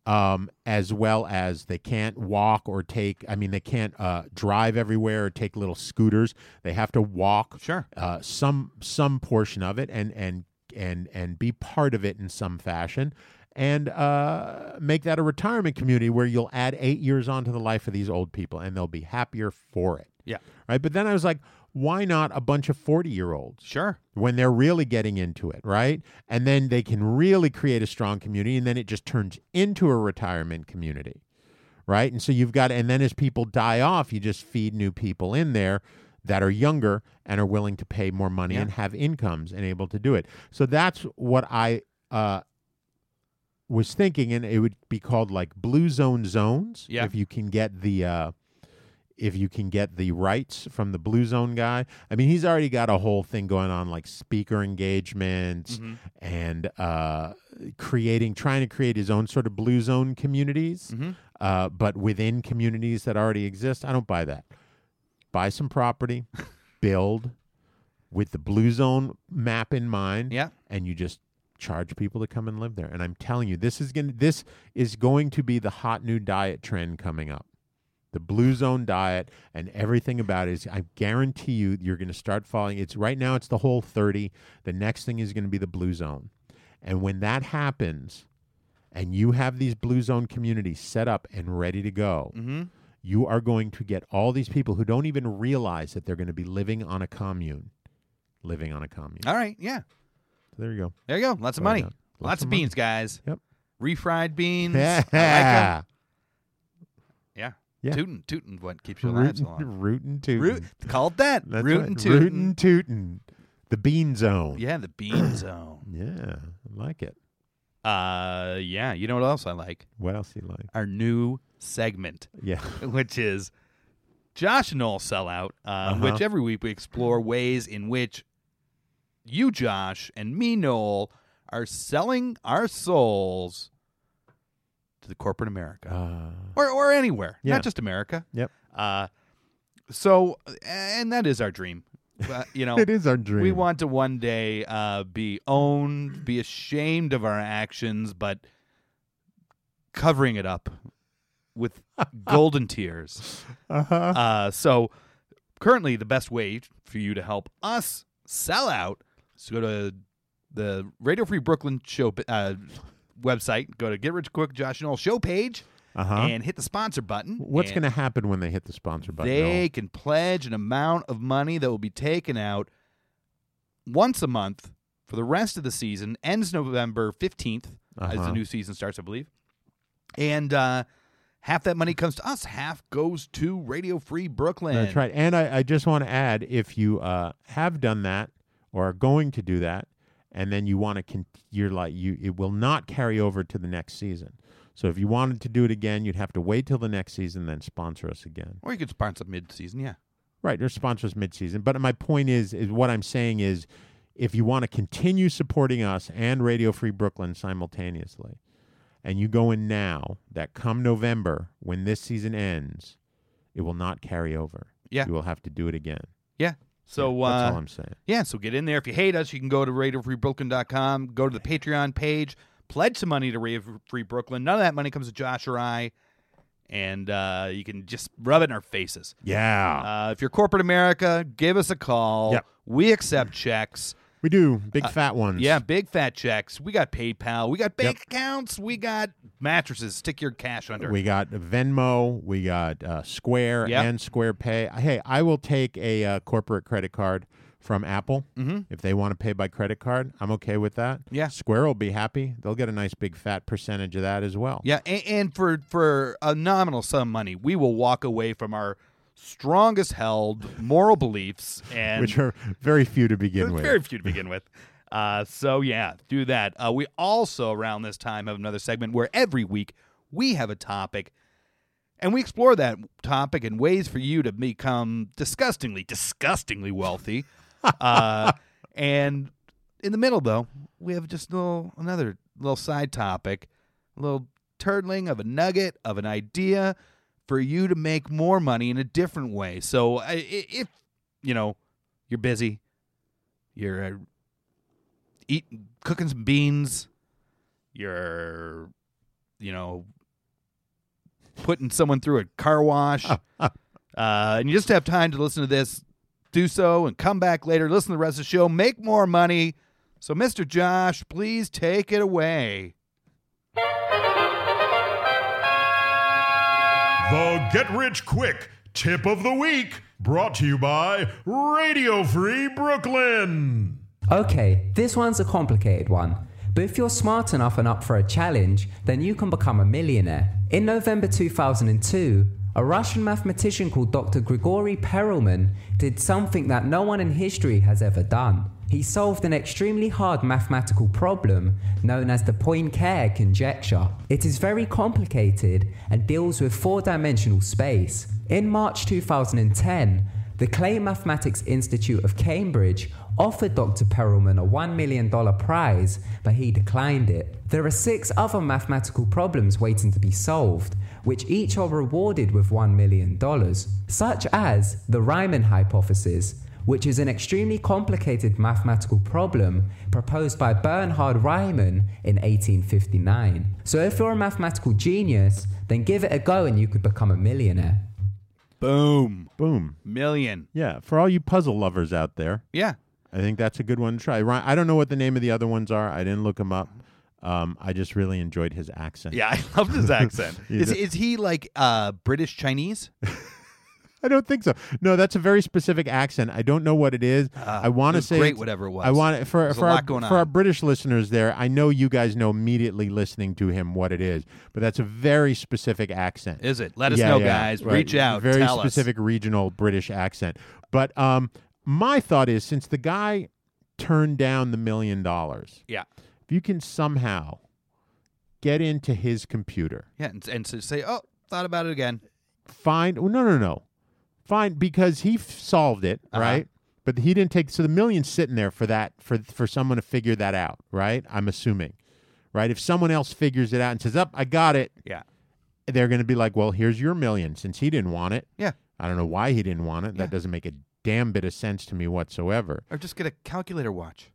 E: um, as well as they can't walk or take. I mean, they can't uh, drive everywhere or take little scooters. They have to walk
F: Sure.
E: uh, some some portion of it and and and and be part of it in some fashion. And uh, make that a retirement community where you'll add eight years onto the life of these old people, and they'll be happier for it,
F: Yeah.
E: right? But then I was like, why not a bunch of forty-year-olds?
F: Sure.
E: when they're really getting into it, right? And then they can really create a strong community, and then it just turns into a retirement community, right? And so you've got, and then as people die off, you just feed new people in there that are younger and are willing to pay more money
F: Yeah.
E: and have incomes and able to do it. So that's what I uh, was thinking, and it would be called like blue zone zones
F: Yeah.
E: if you can get the. Uh, if you can get the rights from the Blue Zone guy. I mean, he's already got a whole thing going on, like speaker engagements and uh, creating, trying to create his own sort of Blue Zone communities, uh, but within communities that already exist. I don't buy that. Buy some property, build with the Blue Zone map in mind,
F: Yeah.
E: and you just charge people to come and live there. And I'm telling you, this is going to this is going to be the hot new diet trend coming up the blue zone diet and everything about it is i guarantee you you're going to start following it's right now it's the whole 30 the next thing is going to be the blue zone and when that happens and you have these blue zone communities set up and ready to go
F: Mm-hmm.
E: you are going to get all these people who don't even realize that they're going to be living on a commune living on a commune
F: All right. Yeah.
E: there you go
F: There you go. Lots of
E: Well
F: money.
E: done.
F: Lots, of, beans, guys.
E: Yep.
F: Refried beans. Mm, I like *laughs* 'em.
E: *laughs* yeah
F: Yeah.
E: Yeah.
F: Tootin' tootin' what keeps your lives
E: rootin'
F: alive.
E: rootin' tootin'
F: Root called that.
E: That's
F: Rootin'
E: right.
F: tootin'.
E: Rootin' tootin'. the bean zone
F: Yeah, the bean zone.
E: Yeah, I like it.
F: Uh yeah, you know what else I like?
E: What else you
F: *laughs*
E: like?
F: Our new segment,
E: Yeah.
F: *laughs* which is Josh and all sell out, uh,
E: Uh-huh.
F: which every week we explore ways in which you, Josh, and me, Noel, are selling our souls to the corporate America.
E: Uh,
F: or or anywhere,
E: Yeah.
F: not just America.
E: Yep.
F: Uh, so and that is our dream. Uh, you know,
E: *laughs* it is our dream.
F: we want to one day uh, be owned, be ashamed of our actions, but covering it up
E: *laughs*
F: with golden tears.
E: Uh-huh.
F: Uh, so currently, the best way for you to help us sell out is to go to the Radio Free Brooklyn show uh, website. Go to Get Rich Quick Josh and All show page
E: Uh-huh.
F: and hit the sponsor button.
E: What's
F: and
E: going to happen when they hit the sponsor button?
F: They
E: Noel?
F: can pledge an amount of money that will be taken out once a month for the rest of the season. Ends November 15th as
E: Uh-huh.
F: the new season starts, I believe. And uh, half that money comes to us, half goes to Radio Free Brooklyn.
E: That's right. And I, I just want to add if you uh, have done that or are going to do that, and then you want to, con- you're like, you, it will not carry over to the next season. So if you wanted to do it again, you'd have to wait till the next season, then sponsor us again.
F: Or you could sponsor mid season, yeah.
E: Right. Or sponsor us midseason. But my point is, is what I'm saying is if you want to continue supporting us and Radio Free Brooklyn simultaneously, and you go in now, that come November, when this season ends, it will not carry over.
F: Yeah.
E: You will have to do it again.
F: Yeah. So
E: Yeah,
F: uh,
E: that's all I'm saying.
F: Yeah, so get in there. If you hate us, you can go to RadioFreeBrooklyn.com, go to the Patreon page, pledge some money to Radio Free Brooklyn. None of that money comes to Josh or I, and uh, you can just rub it in our faces.
E: Yeah.
F: Uh, if you're corporate America, give us a call.
E: Yep.
F: We accept checks.
E: we do big fat ones.
F: uh, Yeah, big fat checks. We got PayPal. We got bank accounts. We got mattresses. Stick your cash under.
E: We got Venmo. We got uh, Square
F: Yep.
E: and Square Pay. Hey, I will take a uh, corporate credit card from Apple if they want to pay by credit card. I'm okay with that.
F: Mm-hmm. Yeah.
E: Square will be happy. They'll get a nice big fat percentage of that as well.
F: Yeah, and, and for for a nominal sum of money, we will walk away from our strongest held moral beliefs and
E: *laughs* Which are very few to begin with.
F: very few to begin
E: *laughs*
F: with. Uh, so yeah, do that. Uh, we also around this time have another segment where every week we have a topic, and we explore that topic and ways for you to become disgustingly, disgustingly
E: *laughs*
F: wealthy. uh, and in the middle, though, we have just a little another little side topic, a little turtling of a nugget of an idea for you to make more money in a different way. So I- i- if you know you're busy, you're uh, eating cooking some beans, you're you know putting someone through a car
E: *laughs*
F: wash, uh, and you just have time to listen to this. Do so and come back later. Listen to the rest of the show. Make more money. So, Mr. Josh, please take it away.
G: The Get Rich Quick Tip of the Week, brought to you by Radio Free Brooklyn.
H: Okay, this one's a complicated one, but if you're smart enough and up for a challenge, then you can become a millionaire. In November 2002, a Russian mathematician called Dr. Grigory Perelman did something that no one in history has ever done. He solved an extremely hard mathematical problem known as the Poincare conjecture. It is very complicated and deals with four dimensional space. In March 2010, the Clay Mathematics Institute of Cambridge offered Dr. Perelman a $1 million prize, but he declined it. There are six other mathematical problems waiting to be solved, which each are rewarded with $1 million, such as the Riemann hypothesis, which is an extremely complicated mathematical problem proposed by Bernhard Riemann in 1859. So if you're a mathematical genius, then give it a go and you could become a millionaire.
F: Boom.
E: Boom.
F: Million.
E: Yeah. For all you puzzle lovers out there,
F: Yeah.
E: I think that's a good one to try. Ri- I don't know what the name of the other ones are. I didn't look them up. Um, I just really enjoyed his accent.
F: Yeah, I loved
E: *laughs*
F: his accent.
E: You
F: is,
E: did-
F: is he like uh, British Chinese?
E: I don't think so. No, that's a very specific accent. I don't know what it is. I want
F: Ah, it
E: to
F: was
E: say
F: great,
E: it's-
F: whatever it was.
E: I want for
F: There's a
E: for our,
F: lot going
E: for our
F: on.
E: British listeners there. I know you guys know immediately listening to him what it is, but that's a very specific accent.
F: Is it? Let us
E: Yeah,
F: know,
E: yeah,
F: guys.
E: right.
F: Reach out.
E: Very
F: tell us.
E: specific regional British accent. But um, my thought is since the guy turned down the million dollars,
F: Yeah.
E: if you can somehow get into his computer
F: Yeah, and, and so say, oh, thought about it again.
E: Fine. Oh, no, no, no. Fine, because he f- solved it,
F: Uh-huh.
E: right? But he didn't take. So the million's sitting there for that for for someone to figure that out, right? I'm assuming, right? If someone else figures it out and says, "Up, I got it,"
F: Yeah,
E: they're going to be like, "Well, here's your million since he didn't want it."
F: yeah.
E: I don't know why he didn't want it.
F: Yeah.
E: That doesn't make a damn bit of sense to me whatsoever.
F: Or just get a calculator watch.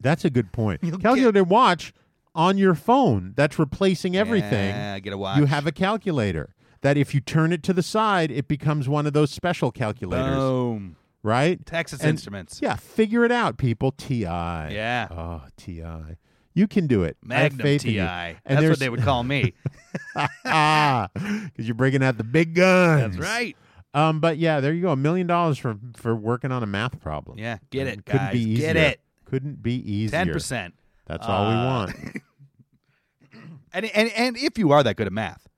E: That's a good point.
F: *laughs* You'll get-
E: Calculator watch on your phone. That's replacing everything.
F: Yeah, get a watch.
E: You have a calculator that if you turn it to the side, it becomes one of those special calculators,
F: boom.
E: right?
F: Oh, Texas
E: And-
F: Instruments.
E: Yeah, figure it out, people. TI. Yeah.
F: Yeah.
E: Oh, TI. You can do it. I have
F: Magnum
E: faith in
F: TI.
E: you.
F: That's
E: And
F: what
E: there's-
F: they would call me.
E: *laughs* ah, because you're bringing out the big guns.
F: That's right.
E: Um, but yeah, there you go. A million dollars for for working on a math problem.
F: Yeah, get it,
E: Couldn't
F: guys.
E: be easier.
F: Get it. Uh,
E: Couldn't be easier.
F: Ten percent.
E: That's all we
F: Uh,
E: want.
F: And and and if you are that good at math,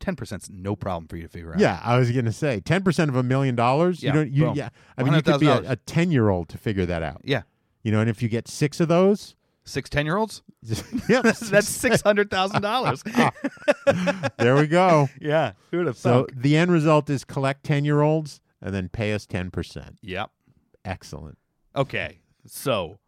F: ten percent's no problem for you to figure out.
E: Yeah, I was gonna say ten percent of a million dollars.
F: Yeah,
E: you don't. You,
F: boom.
E: yeah, I mean, you could be
F: $100,000.
E: a ten year old to figure that out.
F: yeah.
E: You know, and if you get six of those, *laughs*
F: Six ten year olds. *laughs*
E: yeah,
F: That's that's six hundred thousand dollars.
E: *laughs* there we go.
F: *laughs* yeah. Who would have
E: So
F: thunk?
E: the end result is collect ten year olds and then pay us ten percent.
F: Yep.
E: Excellent.
F: Okay. So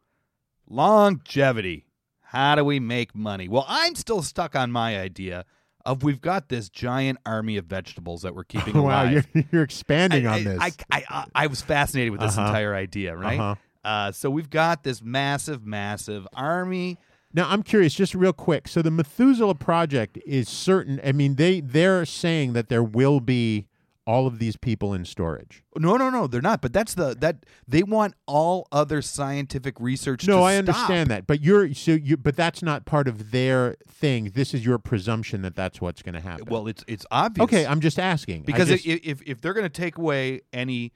F: longevity. How do we make money? Well, I'm still stuck on my idea of we've got this giant army of vegetables that we're keeping
E: *laughs* Wow,
F: alive.
E: you're, you're expanding
F: I,
E: on this.
F: I, I, I, I was fascinated with this
E: Uh-huh.
F: entire idea, right?
E: Uh-huh.
F: Uh, so we've got this massive, massive army.
E: Now I'm curious, just real quick. So the Methuselah Project is certain. I mean, they they're saying that there will be all of these people in storage.
F: No, no, no, they're not. But that's the that they want all other scientific research.
E: No,
F: to
E: I
F: stop.
E: understand that, but you're so you. But that's not part of their thing. This is your presumption that that's what's going to happen.
F: Well, it's it's obvious.
E: okay, I'm just asking I
F: because i
E: just-
F: if, if if they're going to take away any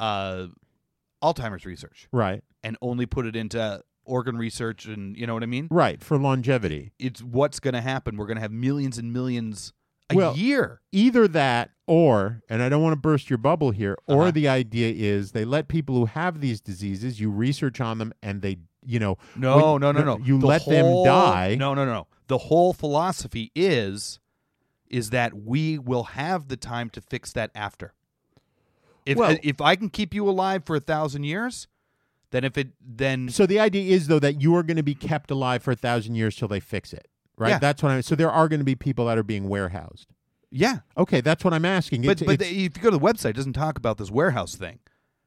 F: uh, Alzheimer's research
E: right,
F: and only put it into organ research, and you know what I mean,
E: right for longevity.
F: it's what's going to happen. We're going to have millions and millions a
E: Well,
F: year.
E: either that or and i don't want to burst your bubble here or
F: Uh-huh.
E: the idea is they let people who have these diseases you research on them and they you know
F: No,
E: when-
F: no, no, no.
E: you
F: The
E: let
F: whole-
E: them die
F: No, no, no. The whole philosophy is is that we will have the time to fix that after. If
E: Well-
F: if I can keep you alive for a thousand years, then if it then
E: so the idea is though that you are going to be kept alive for a thousand years till they fix it right
F: Yeah.
E: that's what i'm so there are going to be people that are being warehoused
F: yeah.
E: okay that's what i'm asking
F: But
E: It's-
F: but
E: it's-
F: the- if you go to the website, it doesn't talk about this warehouse thing.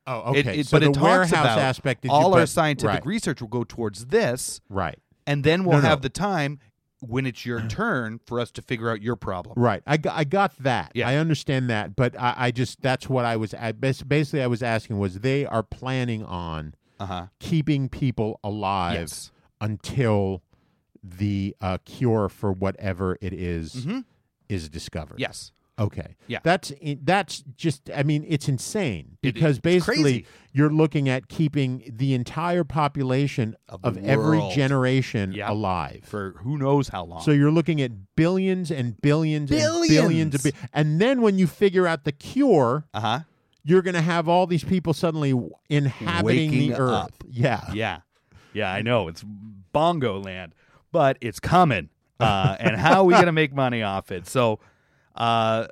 E: oh
F: It-
E: okay
F: it-
E: so
F: but
E: the
F: it talks
E: warehouse
F: about
E: aspect that you-
F: all our
E: but-
F: scientific
E: right,
F: research will go towards this,
E: right
F: and then we'll
E: No, no.
F: have the time when it's
E: *clears throat*
F: your turn for us to figure out your problem.
E: Right. I got, I got that.
F: Yeah.
E: I understand that. But I, I just, that's what I was, I bas- basically, I was asking was they are planning on
F: Uh huh.
E: keeping people alive
F: Yes.
E: until the uh, cure for whatever it is, is discovered.
F: Mm-hmm. Yes.
E: Okay.
F: Yeah.
E: That's i- that's just. I mean, it's insane
F: It-
E: because
F: it's
E: basically
F: crazy.
E: you're looking at keeping the entire population
F: Of
E: of,
F: the
E: every
F: world.
E: generation
F: Yeah.
E: alive.
F: For who knows how long.
E: So you're looking at billions and billions, and billions,
F: Billions.
E: of bi- and then when you figure out the cure,
F: uh huh.
E: you're going to have all these people suddenly w- inhabiting
F: Waking
E: the earth.
F: up.
E: Yeah.
F: Yeah. Yeah, I know. It's bongo land, but it's coming. Uh, and how are we going to make money off it? So, uh,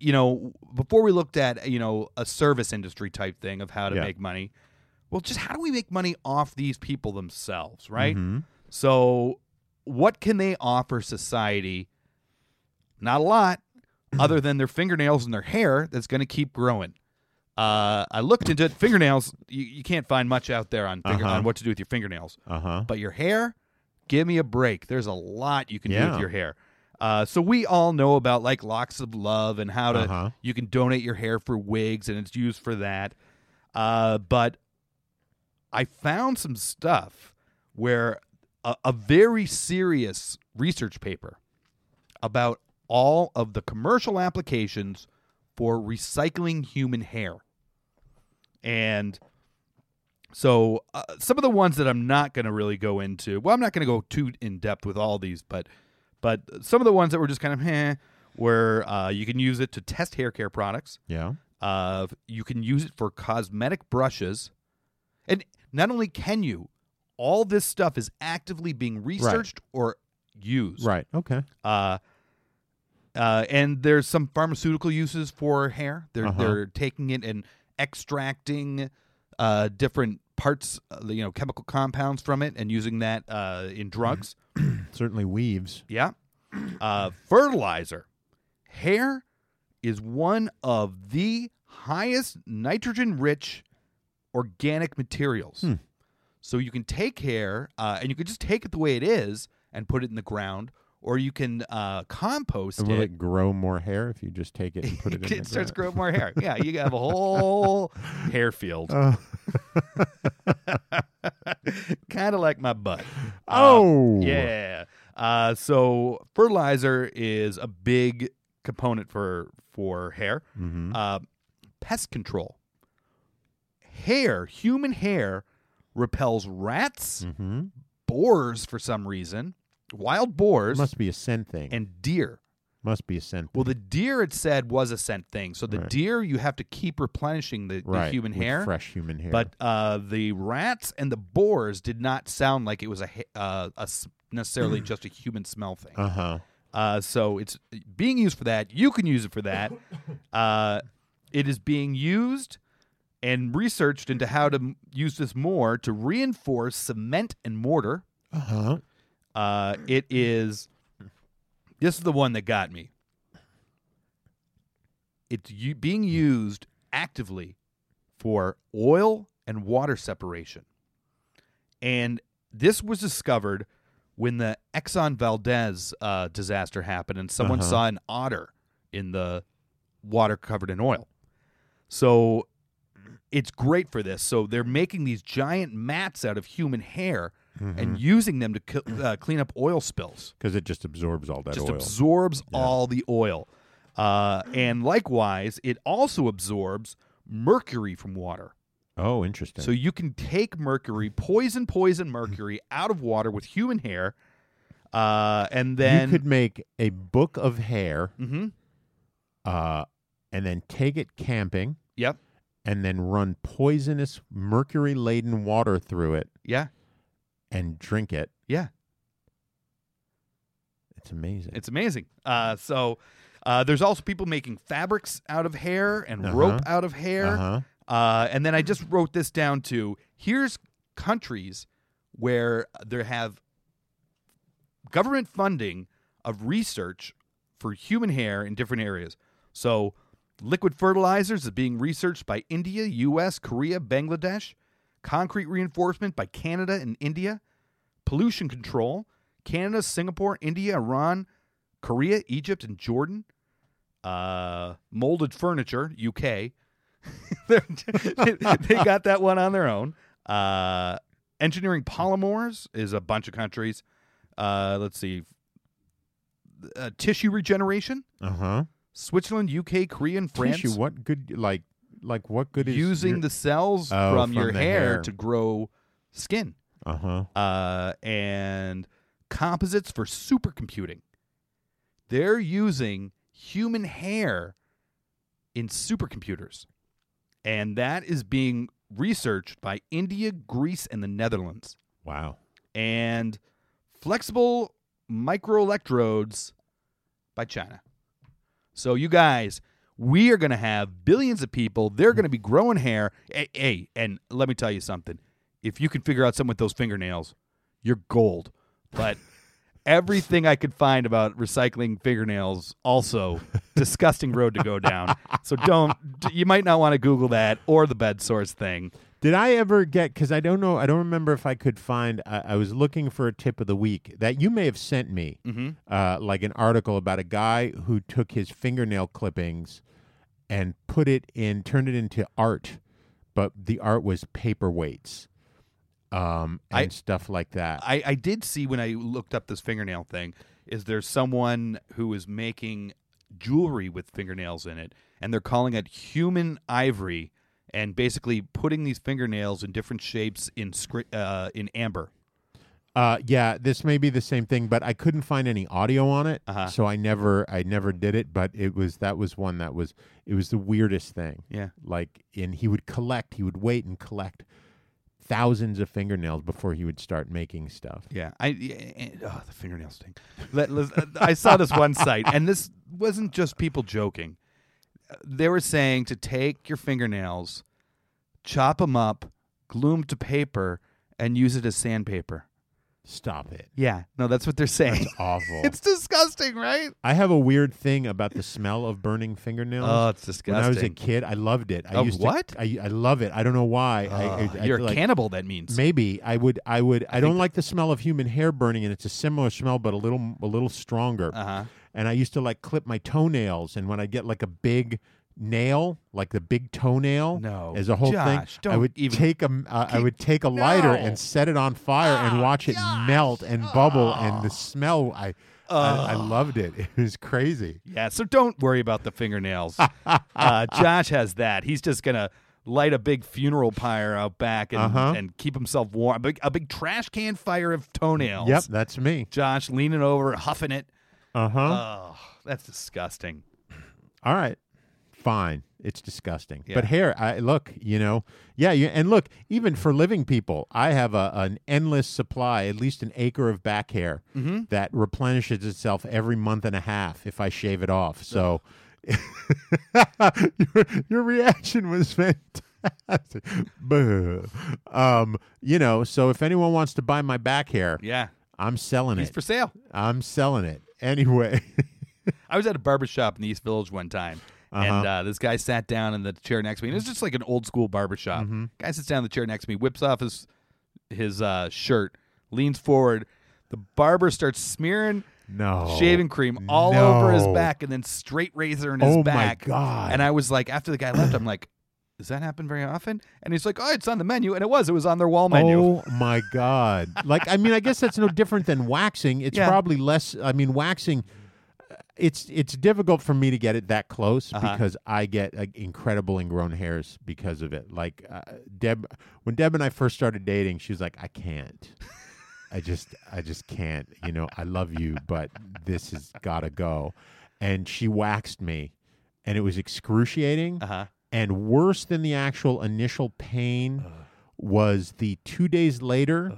F: you know, before we looked at, you know, a service industry type thing of how to
E: Yeah.
F: make money, well, just how do we make money off these people themselves, right? So, what can they offer society? Not a
E: *clears throat*
F: lot, other than their fingernails and their hair that's going to keep growing. Uh, I looked into it. Fingernails, you, you can't find much out there on finger,
E: Uh-huh.
F: on what to do with your fingernails.
E: Uh huh.
F: But your hair, give me a break. There's a lot you can do
E: Yeah.
F: with your hair. Uh, so we all know about like locks of love and how to
E: Uh-huh.
F: you can donate your hair for wigs and it's used for that. Uh, but I found some stuff where a, a very serious research paper about all of the commercial applications for recycling human hair. And so uh, some of the ones that I'm not going to really go into. Well, I'm not going to go too in depth with all these, but but some of the ones that were just kind of eh, where uh, you can use it to test hair care products.
E: Yeah.
F: Uh, you can use it for cosmetic brushes, and not only can you, all this stuff is actively being researched or used.
E: Right. Okay.
F: Uh, uh, and there's some pharmaceutical uses for hair. They're
E: Uh-huh.
F: they're taking it and extracting uh, different parts, uh, you know, chemical compounds from it, and using that uh, in drugs.
E: Certainly weaves.
F: Yeah. Uh, fertilizer. Hair is one of the highest nitrogen rich organic materials.
E: Hmm.
F: So you can take hair uh, and you can just take it the way it is and put it in the ground, or you can uh, compost
E: And will
F: it.
E: it grow more hair if you just take it
F: *laughs*
E: and put it in the
F: it starts
E: ground?
F: growing more
E: *laughs*
F: hair. Yeah, you have a whole hair field.
E: Oh.
F: *laughs* kind of like my
E: *laughs*
F: butt.
E: Oh.
F: Yeah. Uh, so fertilizer is a big component for for hair.
E: Mm-hmm.
F: Uh, pest control. Hair,
E: Mm-hmm.
F: human hair, repels rats, boars for some reason, wild boars,
E: must be a scent thing.
F: and deer.
E: must be a scent.
F: Well, the deer it said was a scent thing. So the deer you have to keep replenishing the, the
E: right,
F: human
E: with
F: hair,
E: fresh human hair.
F: But uh, the rats and the boars did not sound like it was a ha- uh, a s necessarily just a human smell thing.
E: uh huh.
F: Uh, so it's being used for that. You can use it for that. Uh, it is being used and researched into how to m- use this more to reinforce cement and mortar.
E: Uh huh.
F: Uh, it is. This is the one that got me. It's u- being used actively for oil and water separation. And this was discovered when the Exxon Valdez uh, disaster happened, and someone saw an otter in the water covered in oil. So it's great for this. So they're making these giant mats out of human hair
E: Mm-hmm.
F: and using them to c- uh, clean up oil spills.
E: Because it just absorbs all that
F: Just
E: oil.
F: absorbs all the oil. Uh, and likewise, it also absorbs mercury from water.
E: oh, interesting.
F: So you can take mercury, poison, poison mercury out of water with human hair, uh, and then
E: you could make a book of hair,
F: Mhm.
E: uh, and then take it camping,
F: yep,
E: and then run poisonous mercury laden water through it
F: yeah,
E: and drink it.
F: yeah.
E: It's amazing.
F: It's amazing. Uh, so uh, there's also people making fabrics out of hair and
E: Uh-huh.
F: rope out of hair.
E: Uh-huh.
F: Uh, and then I just wrote this down to here's countries where there have government funding of research for human hair in different areas. So liquid fertilizers is being researched by India, US, Korea, Bangladesh, concrete reinforcement by Canada and India, pollution control, Canada, Singapore, India, Iran, Korea, Egypt, and Jordan. Uh, molded furniture, UK. they got that one on their own. Uh, engineering polymers is a bunch of countries. Uh, let's see. Uh, tissue regeneration,
E: Uh huh.
F: Switzerland, UK, Korea, and France.
E: Tissue. What good? Like, like what good is
F: using the cells
E: Oh,
F: from,
E: from
F: your
E: the
F: hair,
E: hair.
F: to grow skin.
E: Uh huh.
F: Uh, and composites for supercomputing. They're using human hair in supercomputers. And that is being researched by India, Greece, and the Netherlands.
E: Wow.
F: And flexible microelectrodes by China. So, you guys, we are going to have billions of people. They're going to be growing hair. Hey, hey, and let me tell you something. If you can figure out something with those fingernails, you're gold. But everything I could find about recycling fingernails, also disgusting road to go down. So don't. You might not want to Google that or the bed source thing.
E: Did I ever get? Because I don't know. I don't remember if I could find. I, I was looking for a tip of the week that you may have sent me, uh, like an article about a guy who took his fingernail clippings and put it in, turned it into art, but the art was paperweights, um, and
F: I-
E: stuff like that.
F: I, I did see when I looked up this fingernail thing, is there someone who is making jewelry with fingernails in it, and they're calling it human ivory, and basically putting these fingernails in different shapes in scri- uh, in amber.
E: Uh, yeah, this may be the same thing, but I couldn't find any audio on it,
F: Uh-huh.
E: so I never, I never did it. But it was that was one that was it was the weirdest thing.
F: Yeah.
E: like and he would collect, he would wait and collect thousands of fingernails before he would start making stuff.
F: Yeah, I and- oh, the fingernail sting. Let, let's- I saw this one site, and this wasn't just people joking. They were saying to take your fingernails, chop them up, glue them to paper, and use it as sandpaper.
E: Stop it!
F: *laughs* Yeah, no, that's what they're saying. *laughs*
E: Awful.
F: it's disgusting, right?
E: I have a weird thing about the smell of burning fingernails.
F: Oh, it's
E: when I was a
F: disgusting.
E: kid, I loved it. I
F: Of
E: used
F: what?
E: To, I I love it. I don't know why. I, I, I,
F: You're a
E: like,
F: cannibal. That means
E: Maybe I would. I would. I, don't like the smell of human hair burning, and it's a similar smell, but a little, a little stronger.
F: Uh-huh.
E: And I used to like clip my toenails, and when I get like a big nail, like the big toenail,
F: No,
E: as a whole
F: Josh,
E: thing, I
F: don't
E: would
F: even-
E: take a, uh, I would take a lighter
F: No. Ah,
E: and set it on fire and watch it melt and bubble, and
F: oh.
E: the smell. I, I, I loved it. It was crazy. *laughs*
F: yeah. So don't worry about the fingernails. uh, Josh has that. He's just gonna light a big funeral pyre out back and,
E: Uh-huh.
F: and keep himself warm. A big, a big trash can fire of toenails.
E: Yep, that's me.
F: Josh leaning over, huffing it.
E: Uh-huh.
F: Oh, that's disgusting.
E: All right. Fine. It's disgusting.
F: Yeah.
E: But here, I look, you know, yeah, you, and look, even for living people, I have a, an endless supply, at least an acre of back hair
F: Mm-hmm.
E: that replenishes itself every month and a half if I shave it off. So *laughs* your, your reaction was fantastic. Boo. Um, you know, so if anyone wants to buy my back hair,
F: Yeah.
E: I'm selling
F: He's
E: it.
F: for sale.
E: I'm selling it. Anyway. *laughs*
F: I was at a barber shop in the East Village one time.
E: Uh-huh.
F: And uh, this guy sat down in the chair next to me. And it was just like an old school barber shop.
E: Mm-hmm.
F: Guy sits down in the chair next to me, whips off his his uh, shirt, leans forward. The barber starts smearing
E: No.
F: shaving cream all
E: Oh, No.
F: over his back and then straight razor in his
E: Oh my
F: back.
E: God.
F: And I was like, after the guy left, I'm like, does that happen very often? And he's like, oh, it's on the menu. And it was. It was on their wall menu.
E: Oh my god! Like I mean, I guess that's no different than waxing. It's
F: Yeah.
E: probably less. I mean, waxing. It's it's difficult for me to get it that close
F: Uh-huh.
E: because I get like, incredible ingrown hairs because of it. Like uh, Deb, when Deb and I first started dating, she was like, "I can't, I just I just can't." You know, I love you, but this has got to go. And she waxed me, and it was excruciating.
F: Uh-huh.
E: And worse than the actual initial pain was the two days later,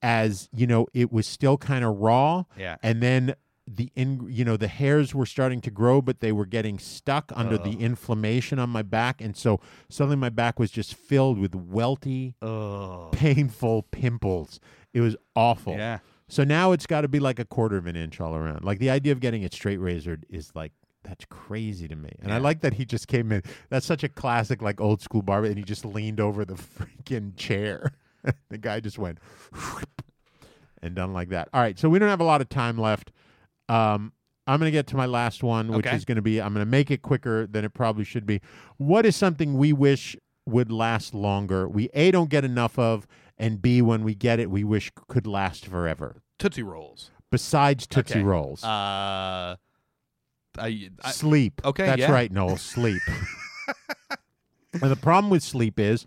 E: as you know, it was still kind of raw.
F: Yeah.
E: And then the in, you know, the hairs were starting to grow, but they were getting stuck under the inflammation on my back, and so suddenly my back was just filled with welty, *laughs* painful pimples. It was awful.
F: Yeah.
E: So now it's got to be like a quarter of an inch all around. Like the idea of getting it straight razored is like that's crazy to me. And I like that he just came in. That's such a classic like old school barber and he just leaned over the *laughs* freaking chair. *laughs* the guy just went and done like that. All right, so we don't have a lot of time left. Um I'm going to get to my last one, which
F: Okay.
E: is going to be I'm going to make it quicker than it probably should be. What is something we wish would last longer? We A don't get enough of and B when we get it we wish could last forever
F: Tootsie Rolls.
E: besides Tootsie
F: Okay.
E: Rolls.
F: Uh, I, I,
E: sleep.
F: okay,
E: That's
F: yeah.
E: right, Noel. Sleep. and the problem with sleep is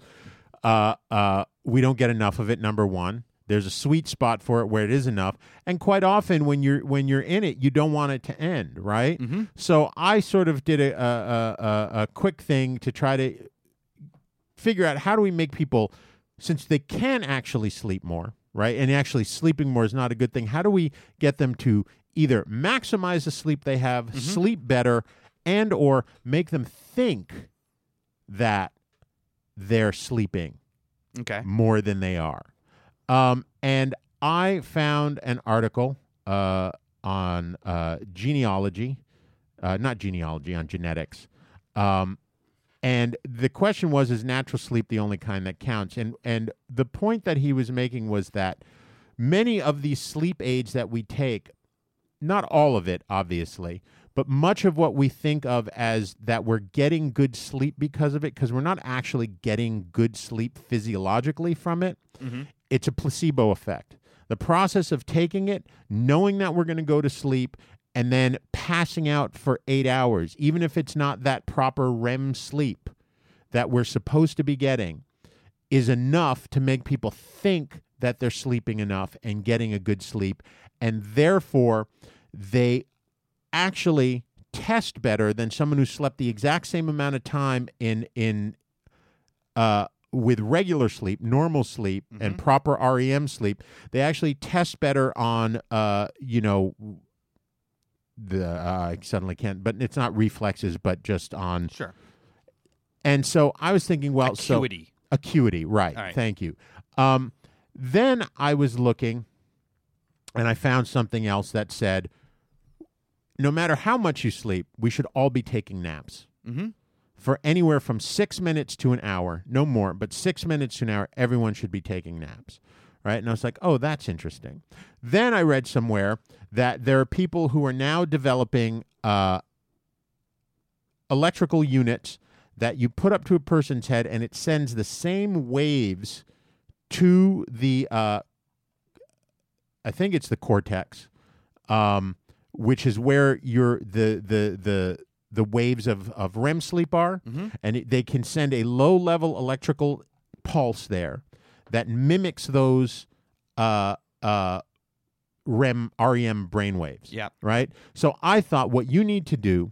E: uh, uh, we don't get enough of it, number one. There's a sweet spot for it where it is enough. And quite often when you're when you're in it, you don't want it to end, right?
F: Mm-hmm.
E: So I sort of did a, a, a, a- a quick thing to try to figure out how do we make people since they can actually sleep more right and actually sleeping more is not a good thing how do we get them to either maximize the sleep they have sleep better and or make them think that they're sleeping
F: okay.
E: more than they are. Um, and I found an article uh, on uh, genealogy, uh, not genealogy, on genetics. Um, and the question was, is natural sleep the only kind that counts? And and the point that he was making was that many of these sleep aids that we take not all of it, obviously, but much of what we think of as that we're getting good sleep because of it, because we're not actually getting good sleep physiologically from it, it's a placebo effect. The process of taking it, knowing that we're going to go to sleep, and then passing out for eight hours, even if it's not that proper REM sleep that we're supposed to be getting, is enough to make people think that they're sleeping enough and getting a good sleep. And therefore, they actually test better than someone who slept the exact same amount of time in, in, uh, with regular sleep, normal sleep, and proper REM sleep, they actually test better on, uh, you know, the uh, I suddenly can't, but it's not reflexes, but just on.
F: Sure.
E: And so I was thinking, well, so
F: Acuity.
E: acuity right,
F: All right.
E: thank you um, then i was looking and i found something else that said no matter how much you sleep we should all be taking naps
F: Mm-hmm.
E: for anywhere from six minutes to an hour no more but six minutes to an hour everyone should be taking naps right and i was like oh that's interesting then i read somewhere that there are people who are now developing uh, electrical units that you put up to a person's head and it sends the same waves to the uh, I think it's the cortex, um, which is where your the the the the waves of, of REM sleep are, and it, they can send a low level electrical pulse there that mimics those uh, uh, REM E REM brainwaves.
F: Yep.
E: Right. So I thought what you need to do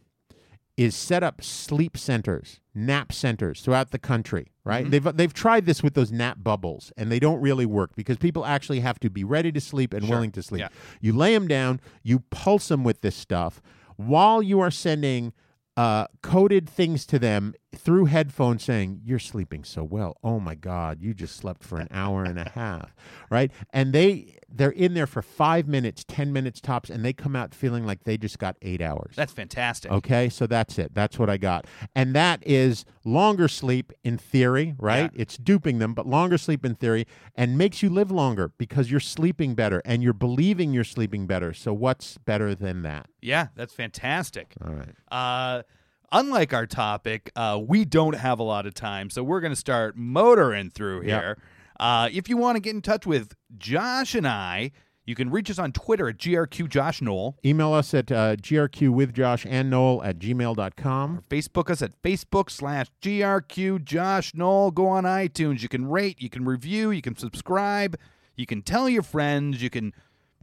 E: is set up sleep centers, nap centers throughout the country, right? They've uh, they've tried this with those nap bubbles and they don't really work because people actually have to be ready to sleep and willing to sleep.
F: Yeah.
E: You lay them down, you pulse them with this stuff while you are sending uh, coded things to them through headphones saying, You're sleeping so well. Oh my God, you just slept for an hour and a half. Right. And they they're in there for five minutes, ten minutes tops, and they come out feeling like they just got eight hours.
F: That's fantastic.
E: Okay, so that's it. That's what I got. And that is longer sleep in theory, right? It's duping them, but longer sleep in theory and makes you live longer because you're sleeping better and you're believing you're sleeping better. So what's better than that?
F: Yeah, that's fantastic.
E: All right.
F: Uh, unlike our topic, uh, we don't have a lot of time, so we're going to start motoring through
E: Yep.
F: here. Uh, if you want to get in touch with Josh and I, you can reach us on Twitter at grqjoshnoel,
E: Email us at uh, grq with Josh and Noel at gmail.com.
F: Facebook us at Facebook slash grqjoshnoel. Go on iTunes. You can rate, you can review, you can subscribe, you can tell your friends, you can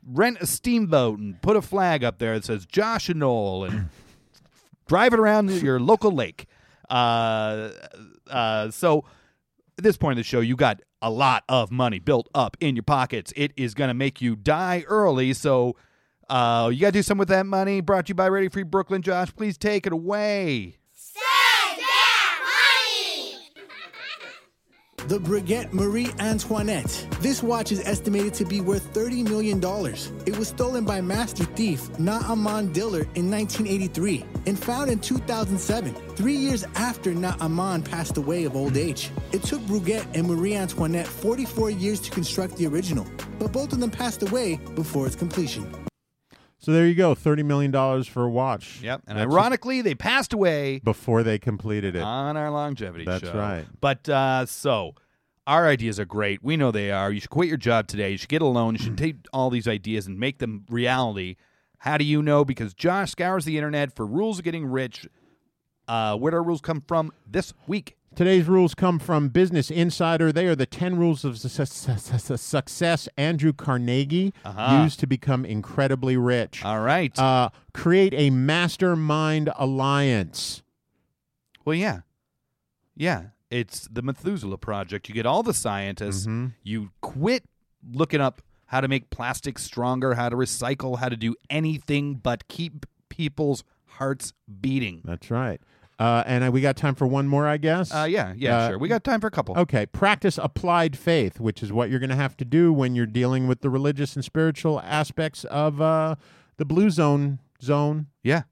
F: rent a steamboat and put a flag up there that says Josh and Noel and drive it around your local lake. Uh, uh, so at this point in the show, you got a lot of money built up in your pockets. It is going to make you die early. So uh, you got to do something with that money. Brought to you by Ready Free Brooklyn. Josh, please take it away.
I: The Brigette Marie Antoinette. This watch is estimated to be worth $30 million. It was stolen by master thief Naaman Diller in 1983 and found in 2007, three years after Naaman passed away of old age. It took Brigette and Marie Antoinette 44 years to construct the original, but both of them passed away before its completion.
E: So there you go, $30 million for a watch.
F: Yep. And
E: That's
F: ironically, they passed away
E: Before they completed it.
F: on our longevity
E: That's
F: show.
E: right.
F: But uh, so our ideas are great. We know they are. You should quit your job today. You should get a loan. You
E: *clears throat*
F: should take all these ideas and make them reality. How do you know? Because Josh scours the internet for rules of getting rich. Uh, where do our rules come from this week?
E: Today's rules come from Business Insider. They are the 10 rules of su- su- su- su- success Andrew Carnegie used to become incredibly rich.
F: Uh-huh. All right.
E: Uh, create a mastermind alliance.
F: Well, yeah. Yeah. It's the Methuselah Project. You get all the scientists.
E: Mm-hmm.
F: You quit looking up how to make plastic stronger, how to recycle, how to do anything but keep people's hearts beating.
E: That's right. Uh, and uh, we got time for one more, I guess.
F: Uh, yeah, yeah,
E: Uh,
F: sure. We got time for a couple.
E: Okay, practice applied faith, which is what you're going to have to do when you're dealing with the religious and spiritual aspects of uh, the blue zone zone,
F: Yeah.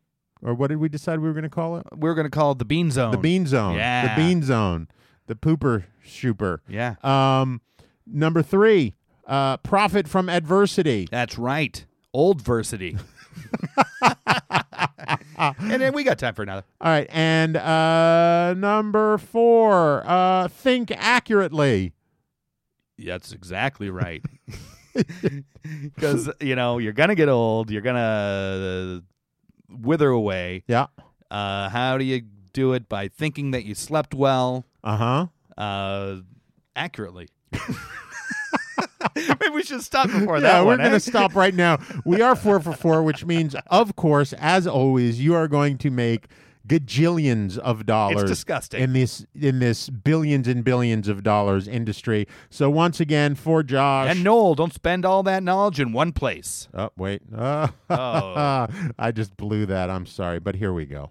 E: or what did we decide we were going to call it?
F: We're going to call it the Bean Zone.
E: The bean zone.
F: Oh, Yeah.
E: The bean zone. The pooper shooper.
F: Yeah.
E: Um, number three, uh, profit from adversity.
F: That's right. Old
E: *laughs*
F: versity. and then we got time for another.
E: All right. And uh, number four, uh, think accurately.
F: That's exactly
E: *laughs*
F: right. Because you know you're gonna get old, you're gonna uh, wither away.
E: Yeah.
F: Uh, how do you do it? By thinking that you slept well,
E: Uh huh.
F: uh,
E: *laughs*
F: accurately. Maybe we should stop before
E: yeah,
F: that
E: we're
F: one.
E: going
F: eh?
E: to stop right now. We are four for four, which means, of course, as always, you are going to make gajillions of dollars.
F: disgusting.
E: in this in this billions and billions of dollars industry. So once again, for Josh
F: And Noel, don't spend all that knowledge in one place.
E: Oh, wait. *laughs* Uh,
F: Oh.
E: I just blew that. I'm sorry, but here we go.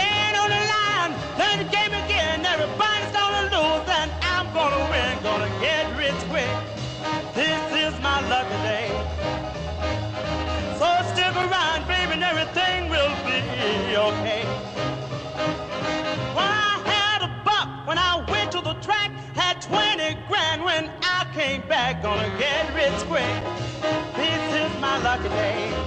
D: Land on the line, play the game again. Everybody's gonna lose, and I'm gonna win. Gonna get rich quick. This is my lucky day. So stick around, baby, and everything will be okay. When I had a buck, when I went to the track, had 20 grand when I came back. Gonna get rich quick. This is my lucky day.